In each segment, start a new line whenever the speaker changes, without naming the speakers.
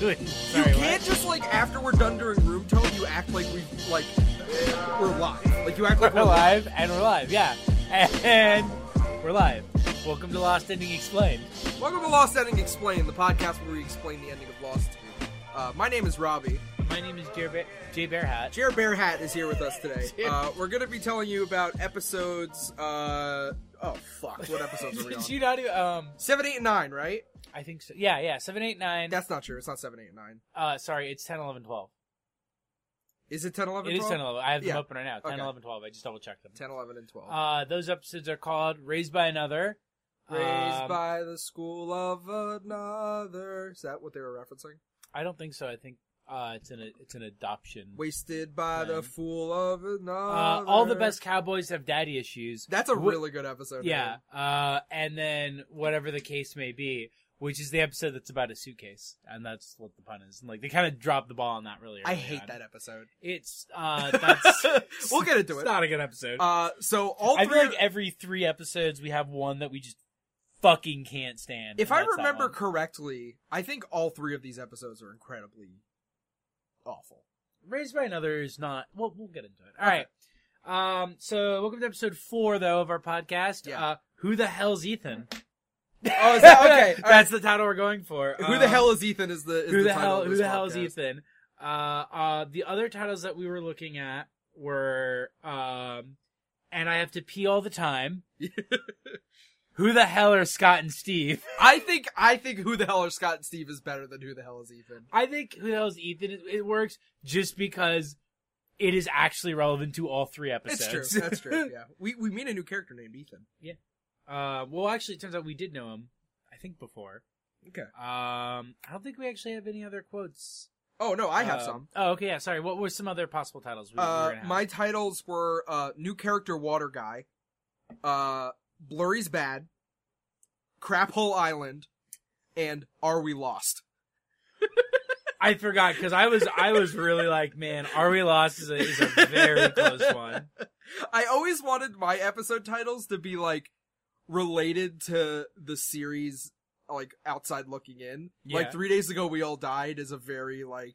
good.
You
Sorry,
can't just like after we're done during room tone, you act like we like we're live. Like you act like
We're live and we're live, yeah. And we're live. Welcome to Lost Ending Explained.
Welcome to Lost Ending Explained, the podcast where we explain the ending of Lost. to you. Uh, my name is Robbie.
My name is Jer Bear- Jay Bearhat.
Jer Bear Hat is here with us today.
Jer-
Uh, we're gonna be telling you about episodes. Uh, oh fuck, what episodes are we
Did
on?
you not do? Um,
Seven, eight, and nine, right?
I think so. Yeah, yeah. Seven, eight, nine.
That's not true. It's not seven, eight, and nine.
uh, sorry, it's 10, 11, 12.
Is it 10, 11,
It is 10, 11. I have them
Yeah.
open right now. 10,
Okay.
11, 12. I just double checked them.
10, 11, and 12.
Uh, those episodes are called Raised by Another.
Raised
Um,
by the school of another. Is that what they were referencing?
I don't think so. I think uh, it's an it's an adoption.
Wasted by the
Right.
fool of
Uh,
another.
all the best cowboys have daddy issues.
That's a
Wh-
really good episode.
Yeah.
man.
Uh, and then whatever the case may be, which is the episode that's about a suitcase, and that's what the pun is. And like they kind of dropped the ball on that really.
I
early
hate
on.
that episode.
It's uh, that's
we'll get into
it's
it.
not a good episode.
Uh, so all
I
three.
feel like every three episodes we have one that we just fucking can't stand.
if
and
I
that's that
remember
one.
correctly, I think all three of these episodes are incredibly awful.
Raised by Another is not. Well, we'll get into it. All right. Um. So welcome to episode four, though, of our podcast.
Yeah.
Uh, who the hell's Ethan?
Oh, is that okay? All right.
That's the title we're going for.
Who the
Um,
hell is Ethan? Is the is
who the,
title
hell
of
who
this
the hell is
podcast.
Ethan? Uh, uh, the other titles that we were looking at were um, and I have to pee all the time. who the hell are Scott and Steve?
I think I think who the hell are Scott and Steve is better than who the hell is Ethan.
I think who the hell is Ethan? It, it works just because it is actually relevant to all three episodes.
It's true. That's true. Yeah, we we meet a new character named Ethan.
Uh, well, actually, it turns out we did know him. I think before.
Okay.
Um, I don't think we actually have any other quotes.
Oh no, I have
Uh,
some.
Oh, okay. Yeah. Sorry. What were some other possible titles? We, we were
Uh,
gonna have?
my titles were uh, new character water guy, uh, blurry's bad, crap hole island, and are we lost?
I forgot because I was I was really like, man, Are We Lost is a, is a very close one.
I always wanted my episode titles to be like related to the series, like outside looking in.
Yeah.
Like three days ago, we all died is a very like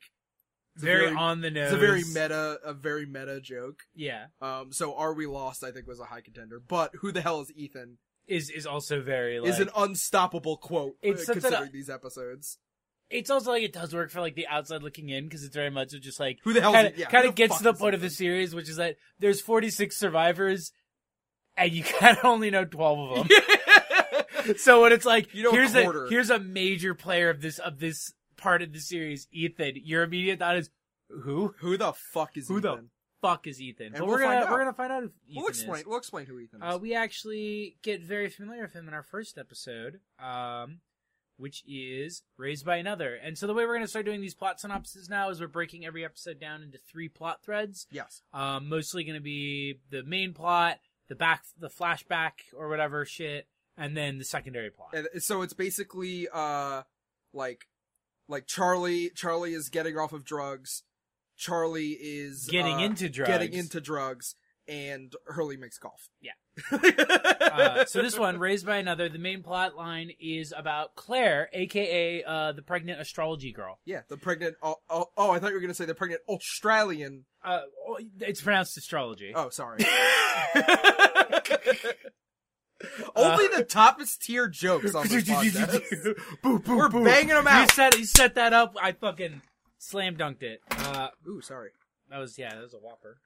it's a
Very, on the nose.
It's a very meta, a very meta joke.
Yeah,
Um, so are we lost? I think was a high contender, but who the hell is Ethan?
is is also very like.
is an unstoppable quote
It's
uh,
something
considering
I-
these episodes.
it's also like it does work for like the outside looking in because it's very much just like
Who the hell
kind
is, yeah,
of kind
who
of gets
fuck
to the
is
point of the
Ethan?
series, which is that there's 46 survivors, and you kind of only know 12 of them. so when it's like
You know, a
here's
quarter.
a here's a major player of this of this part of the series, Ethan. Your immediate thought is, who
who the fuck is
Who the
Ethan?
fuck is Ethan?
And
but
we'll
are gonna
find out.
we're gonna find out. If Ethan
we'll explain.
Is.
We'll explain who Ethan is.
Uh, we actually get very familiar with him in our first episode, um, which is Raised by Another. And so the way we're going to start doing these plot synopses now is we're breaking every episode down into three plot threads.
yes.
Um, mostly going to be the main plot, the back, the flashback or whatever shit, and then the secondary plot.
And uh, so it's basically uh like like Charlie Charlie is getting off of drugs. Charlie is
getting
uh,
into drugs.
getting into drugs and Hurley makes golf.
Yeah.
uh,
uh, so this one, Raised by Another, the main plot line is about Claire, aka uh, the pregnant astrology girl.
Yeah, the pregnant. Oh, oh, oh, I thought you were gonna say the pregnant Australian.
Uh, it's pronounced astrology.
Oh, sorry. Only the toppest tier jokes on this podcast.
Boo, boo,
We're
boo.
banging 'em out.
You set you set that up. I fucking slam dunked it. Uh,
Ooh, sorry.
that was yeah, that was a whopper.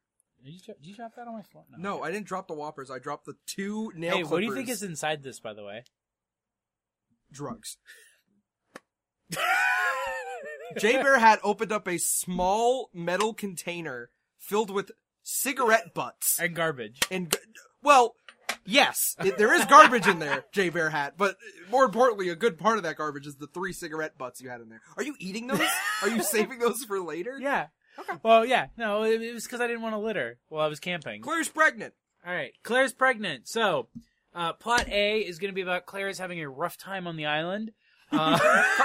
Did you, dro- did you drop that on my floor?
No, I didn't drop the whoppers. I dropped the two nail
Hey,
clippers.
what do you think is inside this, by the way?
drugs? Jay Bear Hat opened up a small metal container filled with cigarette butts
and garbage.
and, g well, yes, it, there is garbage in there, Jay Bear Hat. But more importantly, a good part of that garbage is the three cigarette butts you had in there. Are you eating those? Are you saving those for later?
Yeah. Okay. Well, yeah. No, it, it was because I didn't want to litter while I was camping.
Claire's pregnant.
All right. Claire's pregnant. So, uh, plot A is going to be about Claire's having a rough time on the island. Uh,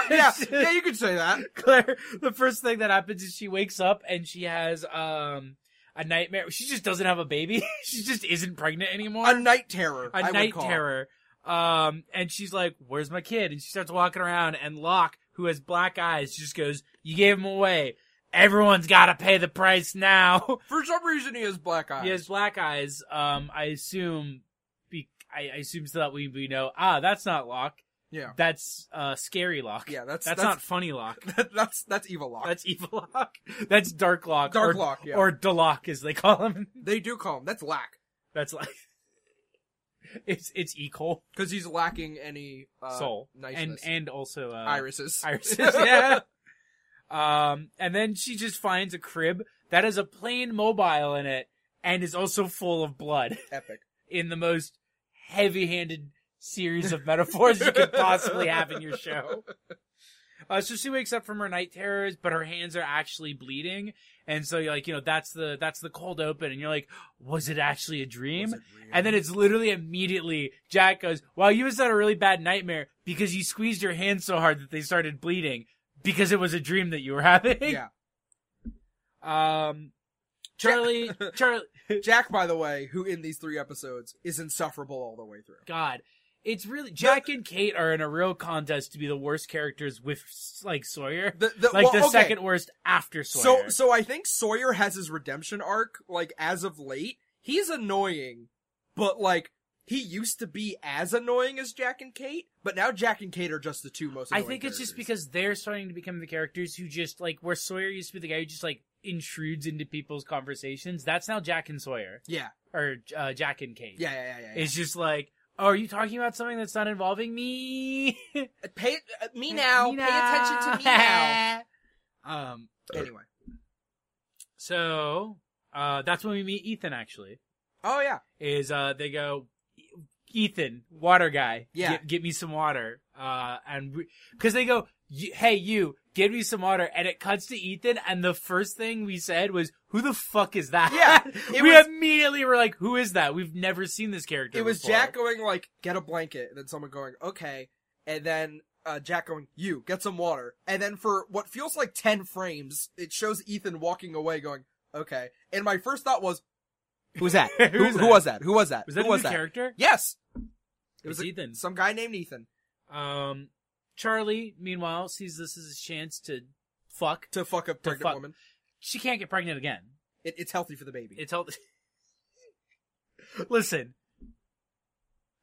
yeah, yeah, you could say that.
Claire, the first thing that happens is she wakes up and she has um a nightmare. She just doesn't have a baby. she just isn't pregnant anymore.
A night terror.
A
I would
night
call it.
terror. Um, and she's like, "Where's my kid?" And she starts walking around, and Locke, who has black eyes, just goes, "You gave him away. Everyone's got to pay the price now."
For some reason, he has black eyes.
he has black eyes. Um, I assume, be- I, I assume so that we we know. Ah, that's not Locke.
Yeah.
That's uh, scary Locke.
Yeah, that's
That's,
that's
not funny Locke.
that, that's that's evil lock.
That's evil Locke. That's dark Locke.
Dark
or,
lock. Yeah,
or Delock as they call him.
they do call him. That's lack
That's like it's it's equal
because he's lacking any uh,
soul and
niceness.
and also uh,
irises.
Iris. yeah. Um, and then she just finds a crib that has a plain mobile in it and is also full of blood
Epic.
in the most heavy-handed series of metaphors you could possibly have in your show. Uh, so she wakes up from her night terrors, but her hands are actually bleeding, and so you're like, you know, that's the that's the cold open, and you're like, was it actually a dream?
Was it real?
And then it's literally immediately Jack goes, Wow, you just had a really bad nightmare because you squeezed your hands so hard that they started bleeding because it was a dream that you were having.
yeah.
Um, Charlie, Charlie,
Jack, by the way, who in these three episodes is insufferable all the way through.
God, it's really, Jack and Kate are in a real contest to be the worst characters with like Sawyer.
The, the,
Like
well,
the
okay.
second worst after Sawyer.
So so I think Sawyer has his redemption arc. Like as of late, he's annoying, but like he used to be as annoying as Jack and Kate. But now Jack and Kate are just the two most.
I
annoying
think it's just
characters.
because they're starting to become the characters who just like, where Sawyer used to be the guy who just like intrudes into people's conversations, that's now Jack and Sawyer.
yeah
Or uh, Jack and Kate.
yeah yeah yeah yeah. yeah.
It's just like, oh, are you talking about something that's not involving me?
Uh, pay uh, me now. Pay attention to me now.
um,
anyway.
so uh, that's when we meet Ethan. Actually,
Oh yeah.
is uh, they go, Ethan, water guy,
Yeah.
get, get me some water, uh, and because they go, "Y- hey you, get me some water, and it cuts to Ethan, and the first thing we said was, who the fuck is that?
Yeah, it
we
was-
immediately were like, who is that? We've never seen this character.
It was
before.
Jack going like, get a blanket, and then someone going, okay, and then uh, Jack going, you get some water, and then for what feels like ten frames, it shows Ethan walking away going, okay, and my first thought was, who's that?
Who
who,
is
who
that?
was that? Who was that?
Was that
who
a
was
new
that?
character?
Yes,
It
it
was
was a-
Ethan.
some guy named Ethan
Um, Charlie, meanwhile, sees this as a chance to fuck.
to fuck a pregnant
fuck.
woman.
She can't get pregnant again.
It, it's healthy for the baby.
It's all. Listen,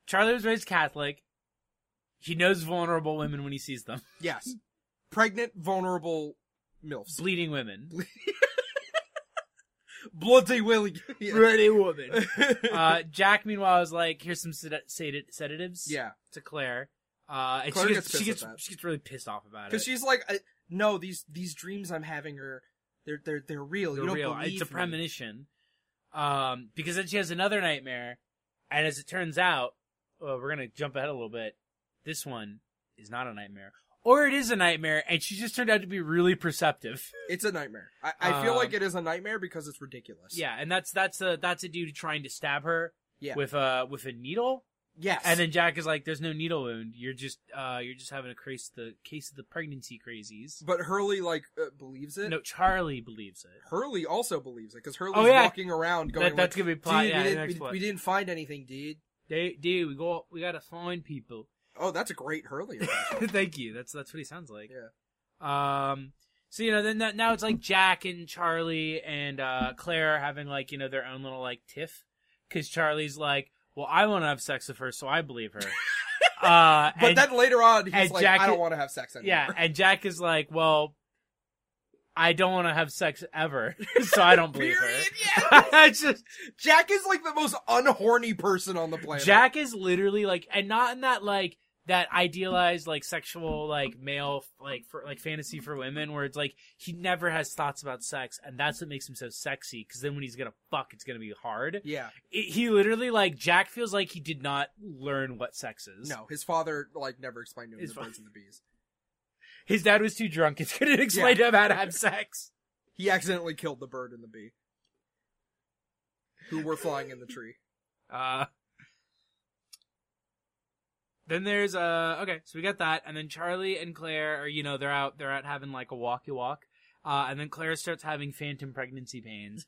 Charlie was raised Catholic. He knows vulnerable women when he sees them,
yes, pregnant, vulnerable milfs,
bleeding women,
bloody Willie. yeah.
bleeding women. uh, Jack, meanwhile, is like, "Here's some sed- sed- sedatives."
yeah.
to Claire. Uh, and
Claire
she
gets
gets, she
pissed
gets
at that.
she gets really pissed off about it.
because she's like, I, no, these these dreams I'm having are they're they're they're real.
They're
you don't
real.
believe
It's a
me.
premonition. Um, because then she has another nightmare, and as it turns out, uh, we're gonna jump ahead a little bit. This one is not a nightmare, or it is a nightmare, and she just turned out to be really perceptive.
It's a nightmare. I, I feel like
Um,
it is a nightmare because it's ridiculous.
yeah, and that's that's a that's a dude trying to stab her
Yeah.
with a with a needle,
Yes.
and then Jack is like, "There's no needle wound. You're just uh you're just having a case the case of the pregnancy crazies."
but Hurley like uh, believes it.
No, Charlie believes it.
Hurley also believes it because Hurley's
yeah.
walking around
That,
going
that's
like,
gonna be plot.
"Dude,
yeah,
we,
the next
didn't, we,
plot.
we didn't find anything, dude.
Dude, dude, we go. We gotta find people.
Oh, that's a great Hurley. impression.
Thank you. That's that's what he sounds like. Yeah. Um. So you know, then that, now it's like Jack and Charlie and uh, Claire having like you know their own little like tiff because Charlie's like, well, I want to have sex with her, so I believe her. uh,
but
and,
then later on, he's
and
like,
Jack-
I don't want to have sex anymore.
yeah, and Jack is like, well, I don't want to have sex ever, so I don't believe
Period.
her.
Yeah.
It's just-
Jack is like the most unhorny person on the planet.
Jack is literally like, and not in that like that idealized like sexual like male like for like fantasy for women where it's like he never has thoughts about sex and that's what makes him so sexy because then when he's gonna fuck it's gonna be hard
Yeah.
it, he literally like jack feels like he did not learn what sex is
No, his father like never explained to him
His
the
fa-
birds and the bees.
his dad was too drunk and couldn't explain to him how to have sex
He accidentally killed the bird and the bee, who were flying in the tree.
Uh, then there's uh okay, so we got that, and then Charlie and Claire are you know they're out they're out having like a walkie walk, uh, and then Claire starts having phantom pregnancy pains,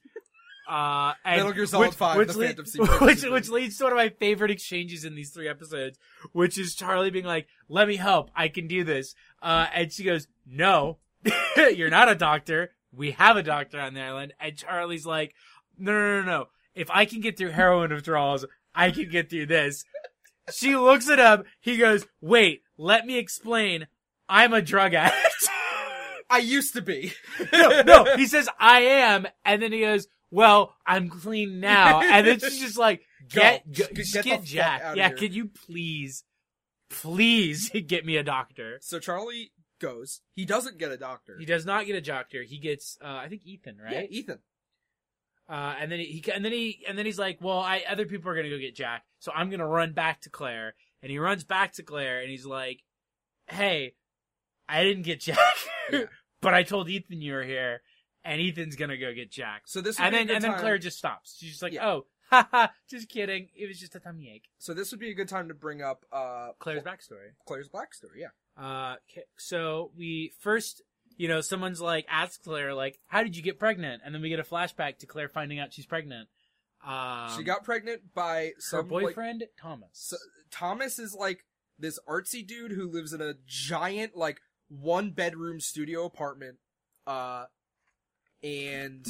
Uh, and
Metal Gear Solid 5, The
lea-
Phantom Sequence.
which, which leads to one of my favorite exchanges in these three episodes, which is Charlie being like, "Let me help. I can do this." Uh, and she goes, "No, you're not a doctor. We have a doctor on the island." And Charlie's like, "No, no, no, no. If I can get through heroin withdrawals, I can get through this." She looks it up. He goes, "Wait, let me explain. I'm a drug addict."
I used to be.
no, no, he says I am, and then he goes, "Well, I'm clean now," and then she's just like,
Go.
"Get,
Just
go-
get
just
the
get,
fuck
Jack.
outta
Yeah,
here."
can you please, please get me a doctor?"
So Charlie goes. He doesn't get a doctor.
He does not get a doctor. He gets, uh, I think Ethan, right?
Yeah, Ethan.
Uh, and then he, he, and then he, and then he's like, "Well, I other people are gonna go get Jack, so I'm gonna run back to Claire." And he runs back to Claire, and he's like, "Hey, I didn't get Jack,
Yeah.
but I told Ethan you were here, and Ethan's gonna go get Jack."
So this would
and
be a
then
good
and then
time-
Claire just stops. She's just like,
Yeah.
"Oh, haha, just kidding. It was just a tummy ache."
So this would be a good time to bring up uh
Claire's backstory.
Claire's black story. Yeah.
Uh, k- so we first, you know, someone's like asks Claire, like, "How did you get pregnant?" And then we get a flashback to Claire finding out she's pregnant. Um,
she got pregnant by
her
some like,
boyfriend Thomas.
So- Thomas is like this artsy dude who lives in a giant like one bedroom studio apartment uh and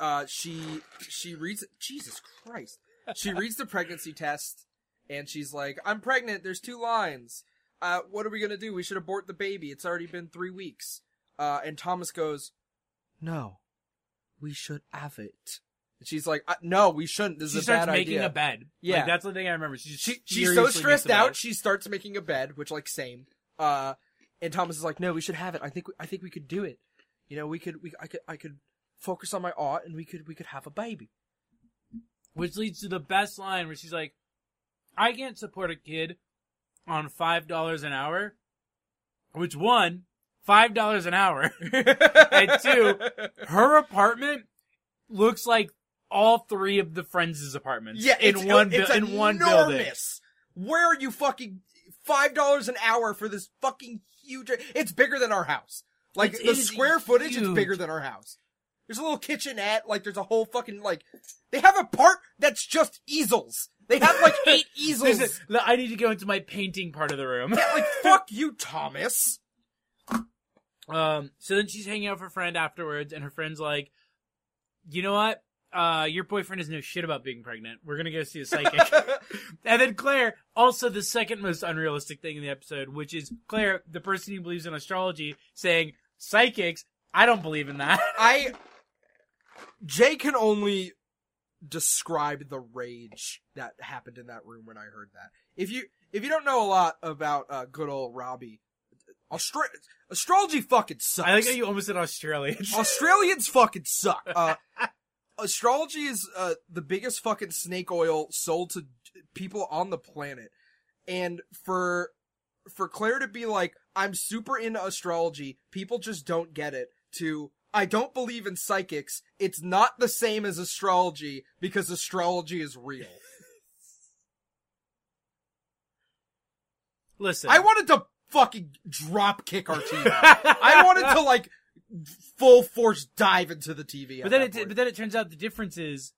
uh she she reads Jesus Christ. She reads the pregnancy test and she's like, "I'm pregnant. There's two lines. Uh what are we going to do? We should abort the baby. It's already been 3 weeks." Uh and Thomas goes, "No. We should have it." And she's like, uh, "No, we shouldn't. This
she
is a bad
starts
idea."
making a bed.
Yeah.
like, that's the thing I remember. She's,
She she's so stressed out,
She,
she starts making a bed, which like same. Uh, and Thomas is like, "No, we should have it. I think we, I think we could do it. You know, we could we I could I could focus on my art, and we could we could have a baby."
which leads to the best line where she's like, "I can't support a kid on five dollars an hour," which one. Five dollars an hour.
and
two, her apartment looks like all three of the friends' apartments.
yeah,
in
it's,
one bu-
it's
in one building.
enormous. Where are you fucking five dollars an hour for this fucking huge? It's bigger than our house. Like
It's-
the
it is
square footage, it's
huge.
bigger than our house. There's a little kitchenette. Like there's a whole fucking like. They have a part that's just easels. They have like eight easels.
Listen, look, I need to go into my painting part of the room.
Yeah, like fuck you, Thomas.
Um, so then she's hanging out with her friend afterwards, and her friend's like, "You know what? Uh, your boyfriend doesn't know shit about being pregnant. We're gonna go see a psychic." and then Claire, also the second most unrealistic thing in the episode, which is Claire, the person who believes in astrology, saying psychics. I don't believe in that.
I Jay can only describe the rage that happened in that room when I heard that. If you if you don't know a lot about uh, good old Robbie, Austra- astrology fucking sucks.
I like how you almost said Australian.
Australians fucking suck. Uh, astrology is uh, the biggest fucking snake oil sold to people on the planet, and for for Claire to be like, "I'm super into astrology," people just don't get it. To I don't believe in psychics. It's not the same as astrology because astrology is real.
Listen,
I wanted to fucking drop kick our TV. I wanted to like full force dive into the TV. at
But then
that
it
point.
but then it turns out the difference is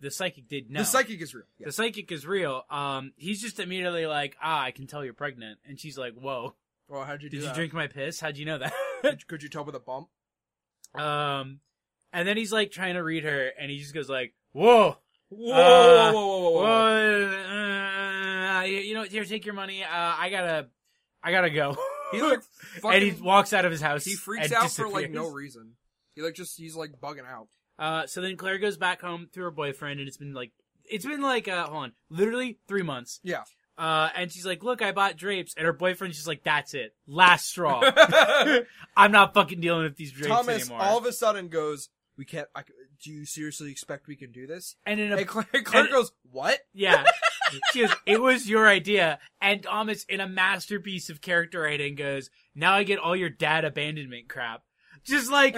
the psychic did know.
the psychic is real. Yeah.
The psychic is real. Um, he's just immediately like, ah, I can tell you're pregnant, and she's like, whoa,
Well, how'd you do
did you
that?
drink my piss? How'd you know that?
Could- Could you tell with a bump?
um, and then he's like trying to read her, and he just goes like, whoa,
Whoa,
Uh,
whoa, whoa, whoa,
whoa,
whoa, whoa.
uh, you you know, here, take your money. Uh, I gotta, I gotta go.
He like fucking.
and he walks out of his house.
he freaks
and
out for like
disappears.
no reason. He like just he's like bugging out.
Uh, so then Claire goes back home to her boyfriend, and it's been like, it's been like, uh, hold on, literally three months.
Yeah.
Uh, and she's like, look, I bought drapes, and her boyfriend's just like, that's it, last straw. I'm not fucking dealing with these drapes
Thomas
anymore.
all of a sudden goes, "We can't. I, do you seriously expect we can do this?"
and in a,
And Claire, Claire
and-
goes, "What?"
yeah, she goes, it was your idea. And Thomas, in a masterpiece of character writing, goes, now I get all your dad abandonment crap. Just like,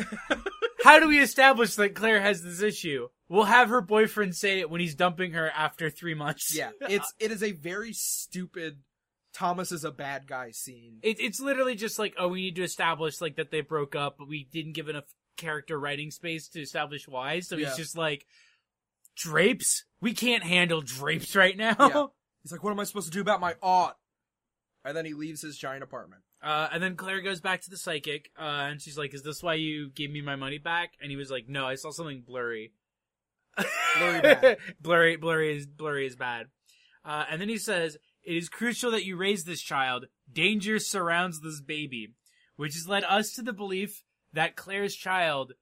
how do we establish that Claire has this issue? We'll have her boyfriend say it when he's dumping her after three months.
Yeah, it's it is a very stupid. Thomas is a bad guy scene.
It, it's literally just like, oh, we need to establish like that they broke up, but we didn't give enough character writing space to establish why. So
Yeah.
he's just like, drapes? We can't handle drapes right now.
Yeah. He's like, what am I supposed to do about my aunt? And then he leaves his giant apartment.
Uh, and then Claire goes back to the psychic, uh, and she's like, "Is this why you gave me my money back?" And he was like, "No, I saw something blurry,
Blurry bad.
blurry, blurry is blurry is bad." Uh, and then he says, "It is crucial that you raise this child. Danger surrounds this baby," which has led us to the belief that Claire's child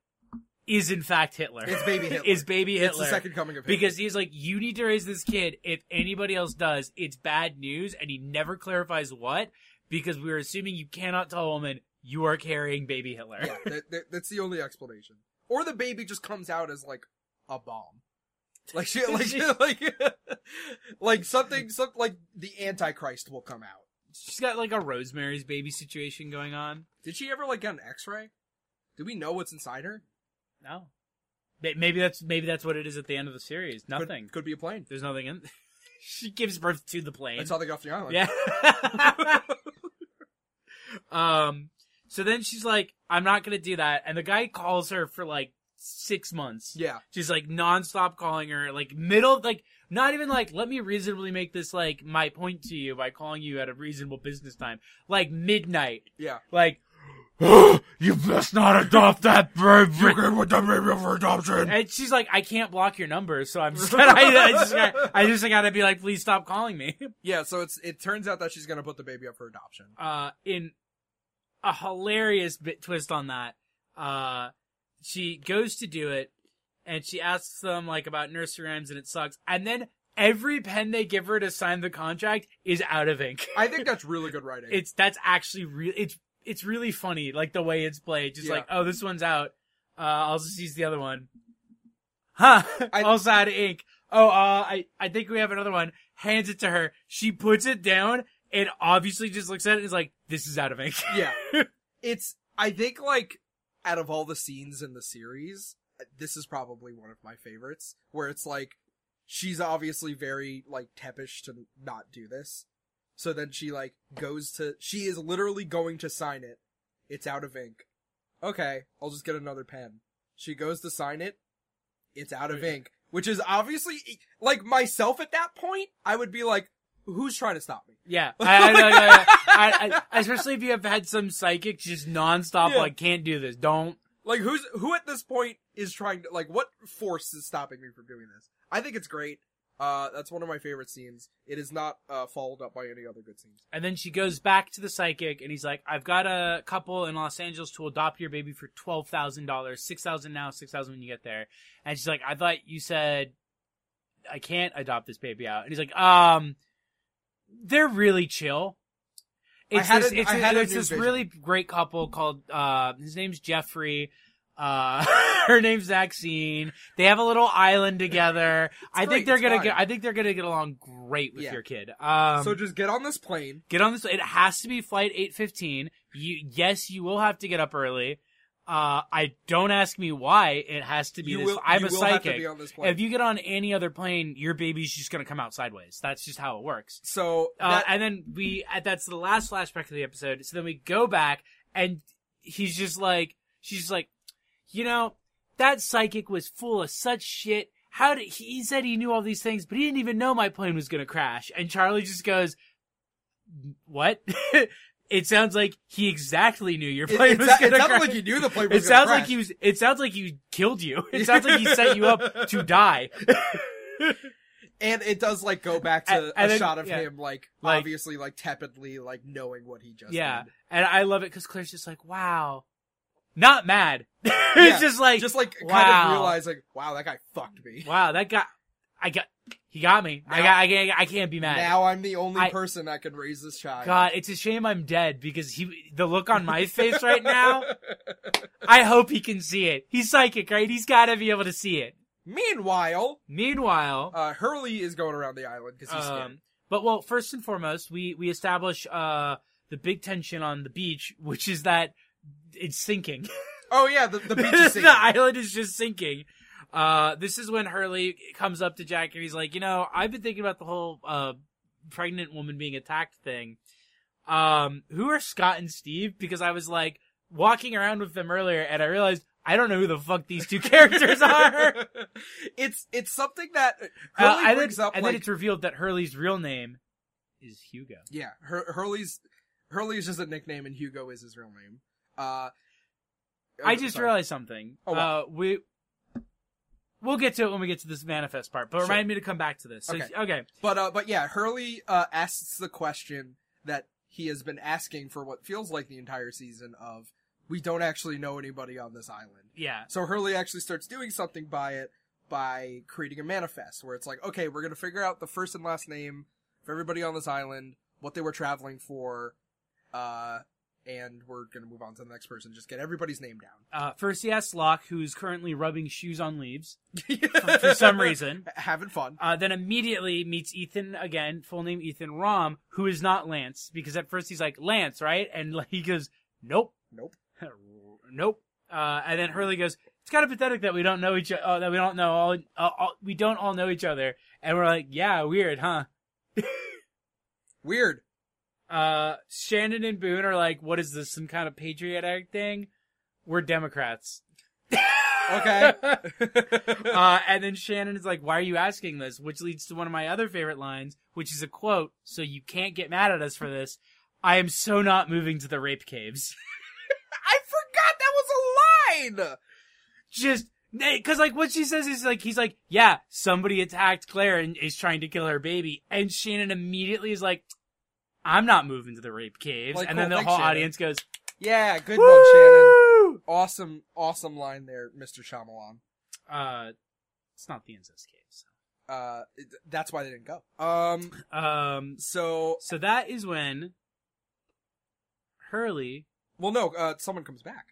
is in fact Hitler.
It's baby Hitler.
is baby Hitler.
It's the second coming of Hitler.
Because he's like, you need to raise this kid. If anybody else does, it's bad news. And he never clarifies what, because we are assuming you cannot tell a woman you are carrying baby Hitler.
yeah, that, that, that's the only explanation. Or the baby just comes out as like a bomb, like she, like she- like like something, some like the Antichrist will come out.
She's got like a Rosemary's baby situation going on.
Did she ever like get an X-ray? Do we know what's inside her?
No. May- Maybe that's maybe that's what it is at the end of the series.
Could-
Nothing.
could, be a plane.
There's nothing in. she gives birth to the plane.
That's how they got off the island.
Yeah. um. So then she's like, "I'm not gonna do that," and the guy calls her for like six months.
yeah.
She's like nonstop calling her, like middle, like not even like let me reasonably make this like my point to you by calling you at a reasonable business time, like midnight,
Yeah.
like
you must not adopt that baby. You can with the baby for adoption.
and she's like I can't block your number, so I'm just gonna, I, I just gotta, I just gotta be like please stop calling me.
Yeah. So it's it turns out that she's gonna put the baby up for adoption.
Uh, in a hilarious bit twist on that, uh, she goes to do it, and she asks them like about nursery rhymes and it sucks, and then. Every pen they give her to sign the contract is out of ink.
I think that's really good writing.
it's that's actually real. It's it's really funny, like the way it's played. Just
Yeah.
like, oh, this one's out. Uh, I'll just use the other one. Huh?
I-
also out of ink. Oh, uh, I I think we have another one. Hands it to her. She puts it down and obviously just looks at it and is like, this is out of ink.
yeah. It's I think like out of all the scenes in the series, this is probably one of my favorites where it's like she's obviously very like teppish to not do this. So then she like goes to she is literally going to sign it. It's out of ink. Okay, I'll just get another pen. She goes to sign it. It's out of ink, which is obviously like myself at that point, I would be like who's trying to stop me?
yeah. I, I, know, yeah, yeah. I, I, especially if you have had some psychic just nonstop,
Yeah.
like can't do this. Don't.
Like who's who at this point is trying to like what force is stopping me from doing this? I think it's great. Uh, that's one of my favorite scenes. It is not uh, followed up by any other good scenes.
And then she goes back to the psychic, and he's like, "I've got a couple in Los Angeles to adopt your baby for twelve thousand dollars, six thousand now, six thousand when you get there." And she's like, "I thought you said I can't adopt this baby out." And he's like, "Um, they're really chill."
I
It's
had
this,
a-
it's,
I had a
it's
new
this
vision.
really great couple called uh, his name's Jeffrey. Uh, her name's Maxine. They have a little island together. I
great,
think they're
it's
gonna
fine.
get. I think they're gonna get along great with
Yeah.
your kid. Um,
so just get on this plane.
get on this it has to be flight 815 you yes you will have to get up early uh i don't ask me why it has to be
You
this
will.
i'm
you
a
will have to
psychic
be on this plane.
if you get on any other plane your baby's just gonna come out sideways that's just how it works
so
uh,
that-
and then we uh, that's the last flashback of the episode so then we go back and he's just like she's just like you know that psychic was full of such shit how did he, he said he knew all these things but he didn't even know my plane was gonna crash and charlie just goes what it sounds like he exactly knew your
it,
plane
it
was
sa- it
gonna
sounded
crash
like you knew the plane. Was
it
gonna
sounds like
crash.
he was it sounds like he killed you it sounds like he set you up to die
And it does like go back to
And- and
a
then-
shot of
yeah.
him, like,
Like-
obviously, like tepidly, like knowing what he just.
Yeah,
did.
and I love it because Claire's just like, "Wow, not mad." it's
Yeah,
just like,
just like kind of
wow.
realizing, wow, that guy fucked me.
"Wow, that guy, I got, he got me. I
Now-
got, I can't, I can't be mad."
Now I'm the only
I-
person that can raise this child.
God, it's a shame I'm dead because he, the look on my face right now. I hope he can see it. He's psychic, right? He's got to be able to see it.
Meanwhile,
Meanwhile,
uh, Hurley is going around the island because he's scared.
um, but well, first and foremost, we we establish uh the big tension on the beach, which is that it's sinking.
Oh yeah, the, the beach is sinking.
the island is just sinking. Uh, this is when Hurley comes up to Jack and he's like, you know, I've been thinking about the whole uh, pregnant woman being attacked thing. Um, who are Scott and Steve? Because I was like walking around with them earlier and I realized I don't know who the fuck these two characters are.
it's it's something that Hurley
Uh, and
brings
then,
up
and
like
then it's revealed that Hurley's real name is Hugo.
yeah, Hur- Hurley's Hurley is just a nickname and Hugo is his real name. Uh
I
oh,
just
sorry.
realized something.
Oh,
uh, we we'll get to it when we get to this manifest part. But
Sure.
remind me to come back to this. So,
Okay.
okay.
But uh, but yeah, Hurley uh asks the question that he has been asking for what feels like the entire season of we don't actually know anybody on this island.
Yeah.
So Hurley actually starts doing something by it by creating a manifest where it's like, okay, we're gonna figure out the first and last name of everybody on this island, what they were traveling for, uh, and we're gonna move on to the next person. Just get everybody's name
Uh, first, he asks Locke, who's currently rubbing shoes on leaves
down
for, for some reason.
Having fun.
Uh, then immediately meets Ethan again, full name Ethan Rom, who is not Lance, because at first he's like, Lance, right? And like, he goes, nope.
Nope.
nope. Uh, and then Hurley goes, it's kind of pathetic that we don't know each uh, that we don't know all, uh, all, we don't all know each other. And we're like, yeah, weird, huh?
Weird.
Uh, Shannon and Boone are like, what is this, some kind of patriotic thing? We're Democrats.
Okay.
uh, and then Shannon is like, "Why are you asking this?" Which leads to one of my other favorite lines, which is a quote. So you can't get mad at us for this. I am so not moving to the rape caves.
I forgot that was a line.
Just because, like, what she says is like, he's like, "Yeah, somebody attacked Claire and is trying to kill her baby," and Shannon immediately is like, "I'm not moving to the rape caves."
Like,
and
cool,
then the
thanks,
whole
Shannon.
audience goes,
Yeah, good one, Shannon.
"Woo!"
Awesome, awesome line there, Mr. Shyamalan.
Uh, it's not the incest caves.
Uh, it- that's why they didn't go. Um,
Um,
so
so that is when Hurley
well, no, uh, someone comes back.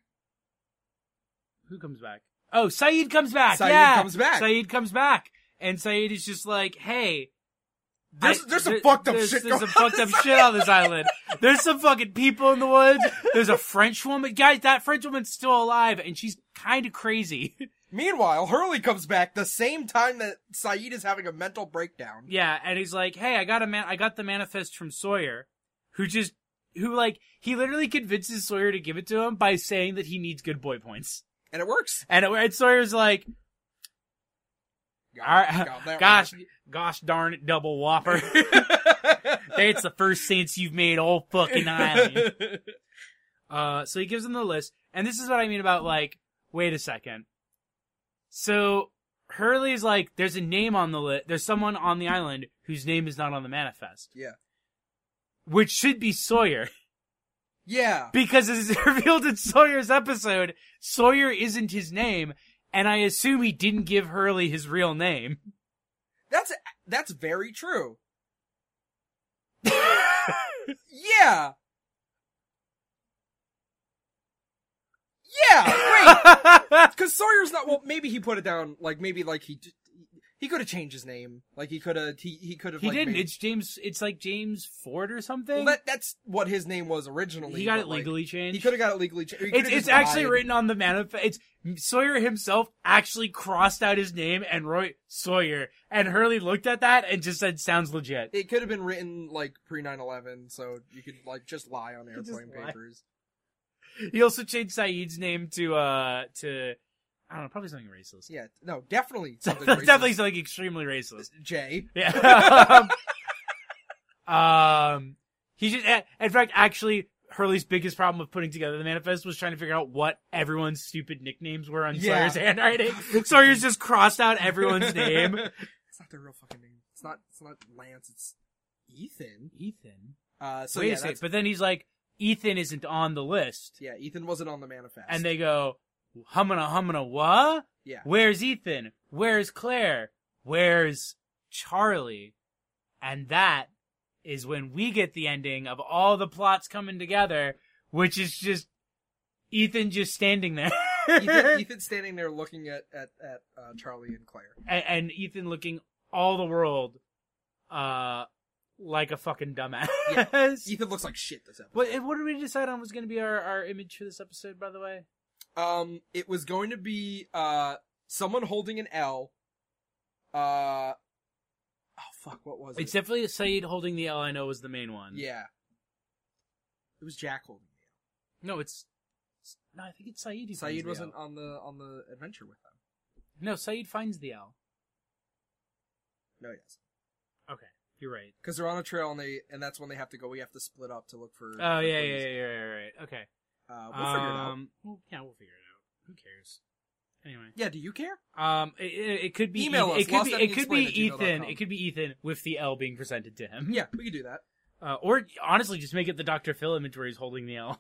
Who comes back? Oh, Saeed comes back.
Saeed
yeah.
comes back.
Saeed comes back. And Saeed is just like, hey.
There's- there's some
there-
fucked up
there's-
shit
There's
going
some
on
fucked up
this
shit on this island. There's some fucking people in the woods. There's a French woman. Guys, that French woman's still alive and she's kind of crazy.
Meanwhile, Hurley comes back the same time that Saeed is having a mental breakdown.
yeah. And he's like, hey, I got a man, I got the manifest from Sawyer who just, who like, he literally convinces Sawyer to give it to him by saying that he needs good boy points.
And it works.
And, it, and Sawyer's like,
God,
All right.
God, that
gosh,
one
gosh darn it, double whopper.
was-
That's the first sense you've made all fucking island. Uh, so he gives them the list, and this is what I mean about like, wait a second. So Hurley's like, there's a name on the list. There's someone on the island whose name is not on the manifest.
Yeah.
Which should be Sawyer,
yeah.
because as is revealed in Sawyer's episode, Sawyer isn't his name, and I assume he didn't give Hurley his real name.
That's that's very true. Yeah. Yeah. Wait. Because Sawyer's not. Well, maybe he put it down. Like maybe like he d- he could have changed his name. Like he could have he he could have.
He
like,
didn't.
Made,
It's James. It's like James Ford or
well,
something.
that that's what his name was originally.
he got
but,
it
like,
legally
He
changed.
could have got it legally changed.
it's it's actually written on the manifest. It's Sawyer himself actually crossed out his name and wrote Sawyer, and Hurley looked at that and just said, "Sounds legit."
It could have been written like pre 9-11, so you could like just lie on
could just
airplane
lie.
papers.
He also changed Saeed's name to uh to I don't know, probably something racist.
Yeah, no, definitely something.
Definitely
racist.
something extremely racist.
Jay.
Yeah. um, he just, a- in fact, actually, Hurley's biggest problem with putting together the manifest was trying to figure out what everyone's stupid nicknames were on
Yeah.
Sawyer's handwriting. Sawyer's just crossed out everyone's name.
It's not their real fucking name. It's not. It's not Lance. It's Ethan.
Ethan.
Uh, so
Wait
yeah,
a second.
that's-
But then he's like, Ethan isn't on the list.
yeah, Ethan wasn't on the manifest.
And they go, hummina, hummina, what?
yeah,
Where's Ethan? Where's Claire? Where's Charlie? And that is when we get the ending of all the plots coming together, which is just Ethan just standing there.
Ethan, Ethan's standing there looking at at, at uh, Charlie and Claire.
and, and Ethan looking all the world uh like a fucking dumbass.
Ethan looks like shit this episode.
What, and what did we decide on was going to be our, our image for this episode, by the way?
Um, it was going to be uh someone holding an L. Uh, oh fuck, what was
It's
it?
definitely Saeed holding the L, I know was the main one.
yeah, it was Jack holding
No, it's. No, I think it's Saeed. who finds
Saeed
the
wasn't
owl.
on the on the adventure with them.
No, Saeed finds the owl.
No, yes,
Okay, you're right.
because they're on a trail and they and that's when they have to go. We have to split up to look for.
Oh yeah,
for
yeah,
clues.
yeah, yeah, right, right. Okay.
Uh, we'll figure it out.
Um, well, yeah, we'll figure it out. Who cares? Anyway,
Yeah, do you care?
um, it, it, it could be
Email
Ethan-
us,
it could be it could be
lostfamilyexplained@gmail.com.
Ethan. It could be Ethan with the L being presented to him.
Yeah, we can do that.
Uh, or honestly, just make it the Dr. Phil image where he's holding the L.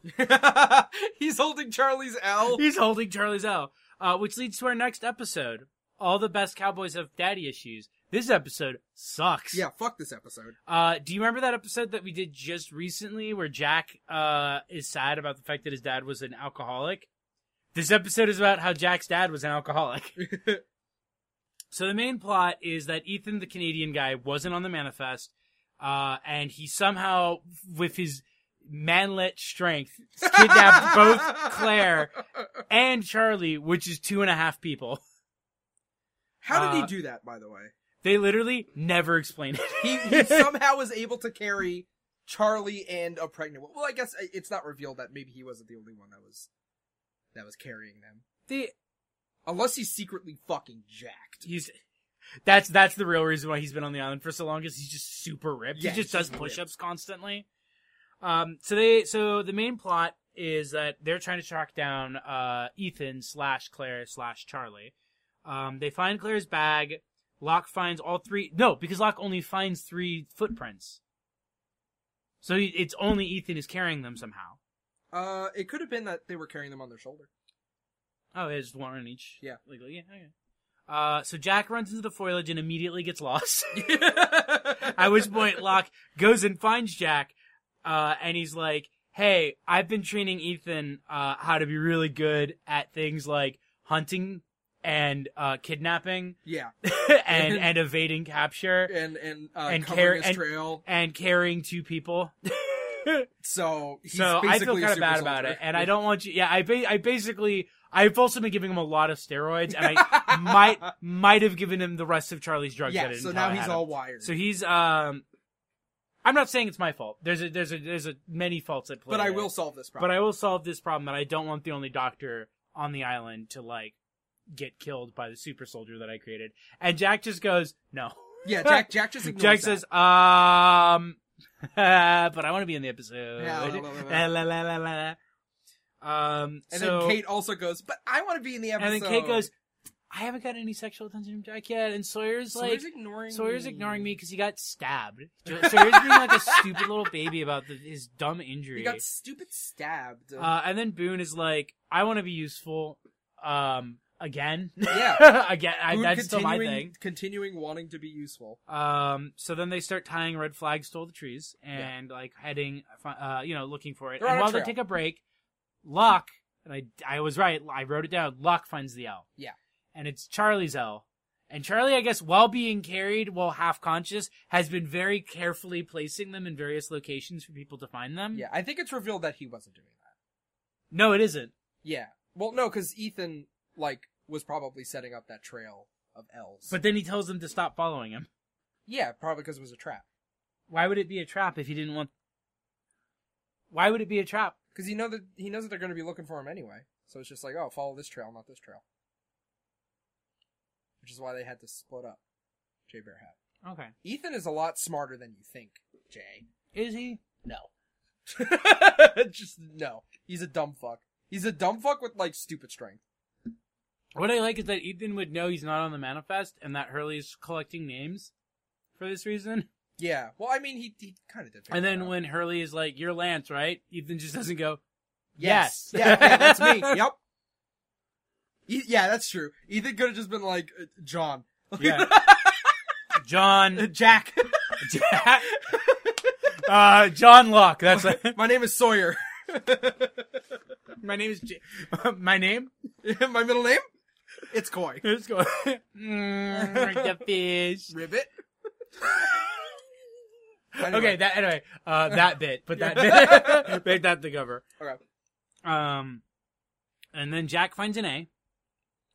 He's holding Charlie's L.
he's holding Charlie's L. Uh, which leads to our next episode. All the best cowboys have daddy issues. This episode sucks.
Yeah, fuck this episode.
Uh, do you remember that episode that we did just recently where Jack uh, is sad about the fact that his dad was an alcoholic? This episode is about how Jack's dad was an alcoholic. so the main plot is that Ethan, the Canadian guy, wasn't on the manifest, uh, and he somehow, with his manlet strength, kidnapped both Claire and Charlie, which is two and a half people.
How did
Uh,
he do that, by the way?
They literally never explain it.
He, he somehow was able to carry Charlie and a pregnant. wo- Well, I guess uh, it's not revealed that maybe he wasn't the only one that was that was carrying them,
They-
unless he's secretly fucking jacked.
he's that's that's the real reason why he's been on the island for so long is he's just super ripped.
Yeah,
he just
he's
does
just
push ups constantly. Um so they so the main plot is that they're trying to track down uh Ethan slash Claire slash Charlie. Um they find Claire's bag, Locke finds all three no, because Locke only finds three footprints. So he- it's only Ethan is carrying them somehow.
Uh, it could have been that they were carrying them on their shoulder.
Oh, there's one on each.
Yeah.
Legally, yeah, okay. Uh, so Jack runs into the foliage and immediately gets lost. At which point, Locke goes and finds Jack, uh, and he's like, "Hey, I've been training Ethan uh, how to be really good at things like hunting and uh, kidnapping
yeah,
and and evading capture
and and uh,
And
covering
care-
his
and-
trail.
and carrying two people."
So he's
so I feel
basically
kind
a
of
super
bad about
soldier.
it, and I don't want you. Yeah, I ba- I basically I've also been giving him a lot of steroids, and I might might have given him the rest of Charlie's drugs. that I
Yeah,
didn't
so
tell
now
I
he's
had him.
all wired.
So he's um I'm not saying it's my fault. There's a there's a there's a many faults at play.
but I
there.
will solve this problem.
but I will solve this problem that I don't want the only doctor on the island to like get killed by the super soldier that I created. And Jack just goes, "No."
Yeah, Jack. Jack just ignores
Jack
that.
says, "Um but I want to be in the episode."
Yeah, la,
La,
la, la, la.
la, la, la, la. Um
and
so-
then Kate also goes, but I want to be in the episode.
and then Kate goes, "I haven't got any sexual attention from Jack yet." And Sawyer's like
Sawyer's ignoring.
Sawyer's
me.
ignoring me because he got stabbed. Jo- Sawyer's being like a stupid little baby about the, his dumb
He
injury.
got stupid stabbed.
uh, and then Boone is like, "I want to be useful." Um, again,
Yeah.
again, I,
Boone
that's still my
continuing-
thing.
Continuing wanting to be useful.
Um, so then they start tying red flags to all the trees and like heading, uh, you know, looking for it.
They're on
and
a
while they
trail.
take a break, Locke and I, I was right. I wrote it down. Locke finds the L.
Yeah.
and it's Charlie's L. And Charlie, I guess, while being carried, while half conscious, has been very carefully placing them in various locations for people to find them.
Yeah, I think it's revealed that he wasn't doing that.
No, it isn't.
Yeah. Well, no, because Ethan like was probably setting up that trail of L's.
But then he tells them to stop following him.
yeah, probably because it was a trap.
Why would it be a trap if he didn't want? Why would it be a trap?
Because he know that he knows that they're going to be looking for him anyway. So it's just like, oh, follow this trail, not this trail. Which is why they had to split up. Jay Bear Hat.
Okay,
Ethan is a lot smarter than you think, Jay.
is he?
No. just no. He's a dumb fuck. He's a dumb fuck with like stupid strength.
What I like is that Ethan would know he's not on the manifest, and that Hurley's collecting names for this reason.
Yeah. Well, I mean, he he kind of did. figure
And
that
then
out.
when Hurley is like, "You're Lance, right?" Ethan just doesn't go.
yes,
Yes.
yeah, yeah, that's me. Yep. E- yeah, that's true. Ethan could have just been like uh, John,
Yeah. John,
Jack.
Jack- uh, John Locke. That's
My name is Sawyer.
my name is. J- my name.
My middle name? It's Coy.
Let's go. Mm, like the fish.
Ribbit. Anyway.
Okay, that anyway. Uh, that bit, but that bit, make that the cover.
Okay.
Um, and then Jack finds an A,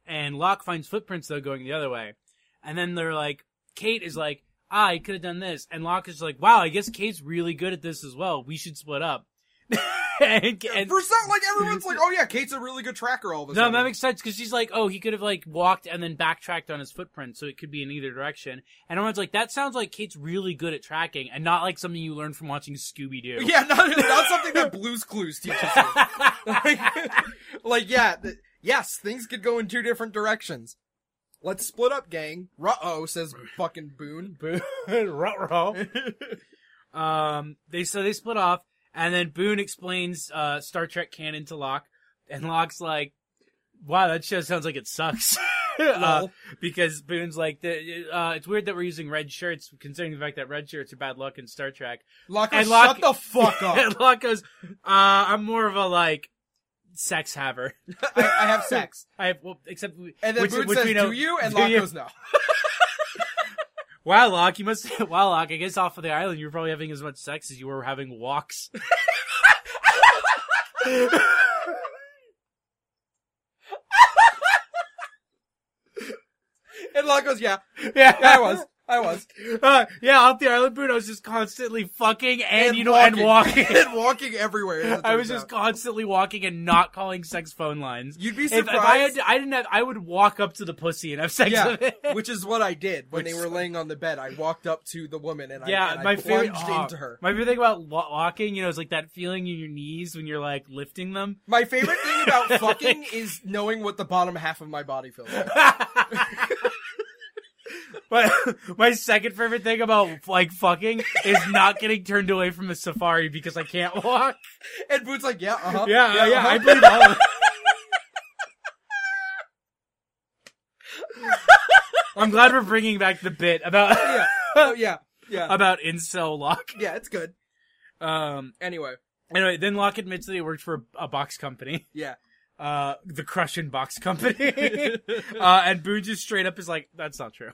and Locke finds footprints though going the other way, and then they're like, Kate is like, ah, I could have done this, and Locke is like, wow, I guess Kate's really good at this as well. We should split up. and, and-
For some, like everyone's like, oh yeah, Kate's a really good tracker. All of a
no,
sudden,
that makes sense because she's like, oh, he could have like walked and then backtracked on his footprint, so it could be in either direction. And everyone's like, that sounds like Kate's really good at tracking, and not like something you learn from watching Scooby Doo.
yeah, not, not something that Blue's Clues teaches you. like, like, yeah, th- yes, things could go in two different directions. Let's split up, gang. Ruh-oh, says fucking Boone.
Um, they so they split off, and then Boone explains uh, Star Trek canon to Locke, and Locke's like, "Wow, that show sounds like it sucks." uh,
Lol.
because Boone's like, the, uh, "It's weird that we're using red shirts, considering the fact that red shirts are bad luck in Star Trek."
Locke,
and Locke-
shut the fuck up.
and Locke goes, uh, "I'm more of a like sex haver.
I, I have sex.
I have, well, except we-
And then
which-
Boone
which
says,
we know-
do you? And
do
Locke
you?
goes, no.
Wow, Locke, you must. Wow, Locke, I guess off of the island, you were probably having as much sex as you were having walks.
And Locke goes, yeah,
yeah,
yeah, I was. I was.
Uh, yeah, off the island, Boone, I was just constantly fucking and, you know, and walking.
and walking everywhere. as it
I was
turns
just
out.
constantly walking and not calling sex phone lines.
You'd be
If, if
surprised.
I had, I didn't have, I would walk up to the pussy and have sex
Yeah,
with it.
which is what I did when
Which-
they were laying on the bed. I walked up to the woman and I,
yeah,
and I
my favorite,
plunged
oh,
into her.
my favorite thing about wa- walking, you know, is like that feeling in your knees when you're like lifting them.
My favorite thing about fucking is knowing what the bottom half of my body feels like.
my, my second favorite thing about like fucking is not getting turned away from the safari because I can't walk.
And Boone's like, yeah, uh huh.
Yeah, yeah,
uh-huh.
I believe all of it. I'm glad we're bringing back the bit about
yeah. Oh, yeah. Yeah.
about incel Locke.
yeah, it's good.
Um,
Anyway,
anyway, then Locke admits that he worked for a, a box company,
yeah.
uh, the Crush and Box Company, uh, and Boone just straight up is like, "That's not true.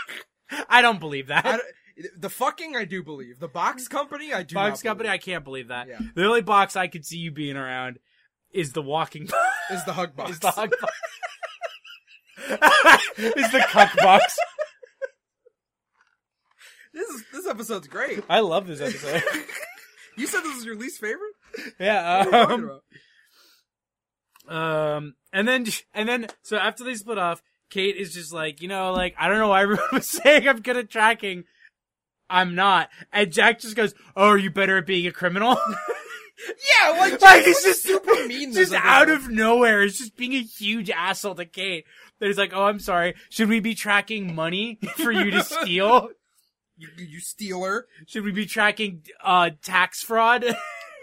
I don't believe that."
I don't- the fucking I do believe. The box company, I do
box
not
company, I can't believe that.
Yeah.
The only box I could see you being around is the walking box.
believe. Is the hug box.
Is the hug box. is the cuck box.
This, is, this episode's great.
I love this episode.
You said this is your least favorite? What are you
Yeah.
talking
Um,
about?
um, and then, and then, so after they split off, Kate is just like, you know, like, I don't know why everyone was saying I'm good at tracking. I'm not. And Jack just goes, Oh, are you better at being a criminal?
Yeah, like,
like, it's
it's just
just-
super mean. this
just out of
episode.
nowhere. It's just being a huge asshole to Kate. That he's like, Oh, I'm sorry. Should we be tracking money for you to steal?
You, you stealer.
Should we be tracking, uh, tax fraud?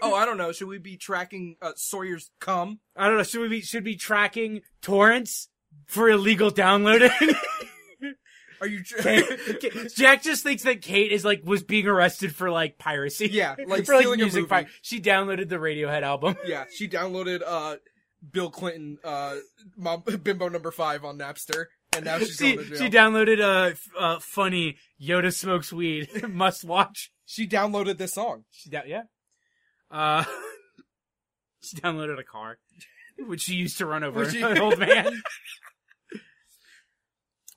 Oh, I don't know. Should we be tracking uh, Sawyer's cum?
I don't know. Should we be, should be tracking torrents for illegal downloading?
Are you. Tra-
Kate- Jack just thinks that Kate is like was being arrested for like piracy.
Yeah, like
for like
stealing a
music
movie.
pirate. She downloaded the Radiohead album.
yeah, she downloaded uh, Bill Clinton uh, Mom- Bimbo number five on Napster, and now she's
She
going to jail.
she downloaded uh, f- uh funny Yoda smokes weed must watch.
she downloaded this song.
She down yeah. Uh, she downloaded a car, which she used to run over
Which she-
an old man.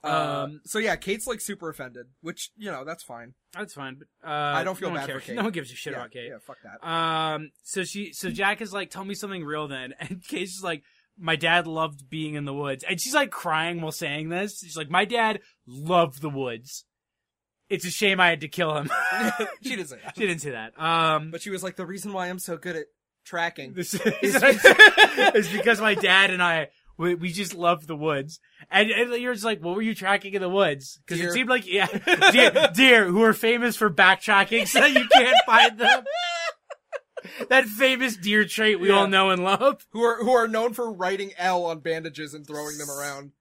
Um,
Um,
uh, so yeah, Kate's like super offended, which you know that's fine.
That's fine, but uh, I
don't feel
no one
bad for
cares.
Kate.
No one gives a shit
yeah,
about Kate.
yeah, fuck that.
Um, so she, so Jack is like, tell me something real then. And Kate's just like, my dad loved being in the woods. And she's like crying while saying this. She's like, my dad loved the woods. It's a shame I had to kill him.
she didn't say that,
she didn't say that. Um,
but she was like, the reason why I'm so good at tracking.
this is, is because my dad and I, we, we just loved the woods. And, and you're just like, what were you tracking in the woods? Cause
Deer.
it seemed like, yeah, deer, deer who are famous for backtracking so that you can't find them. That famous deer trait we
Yeah.
all know and love.
Who are who are known for writing L on bandages and throwing them around?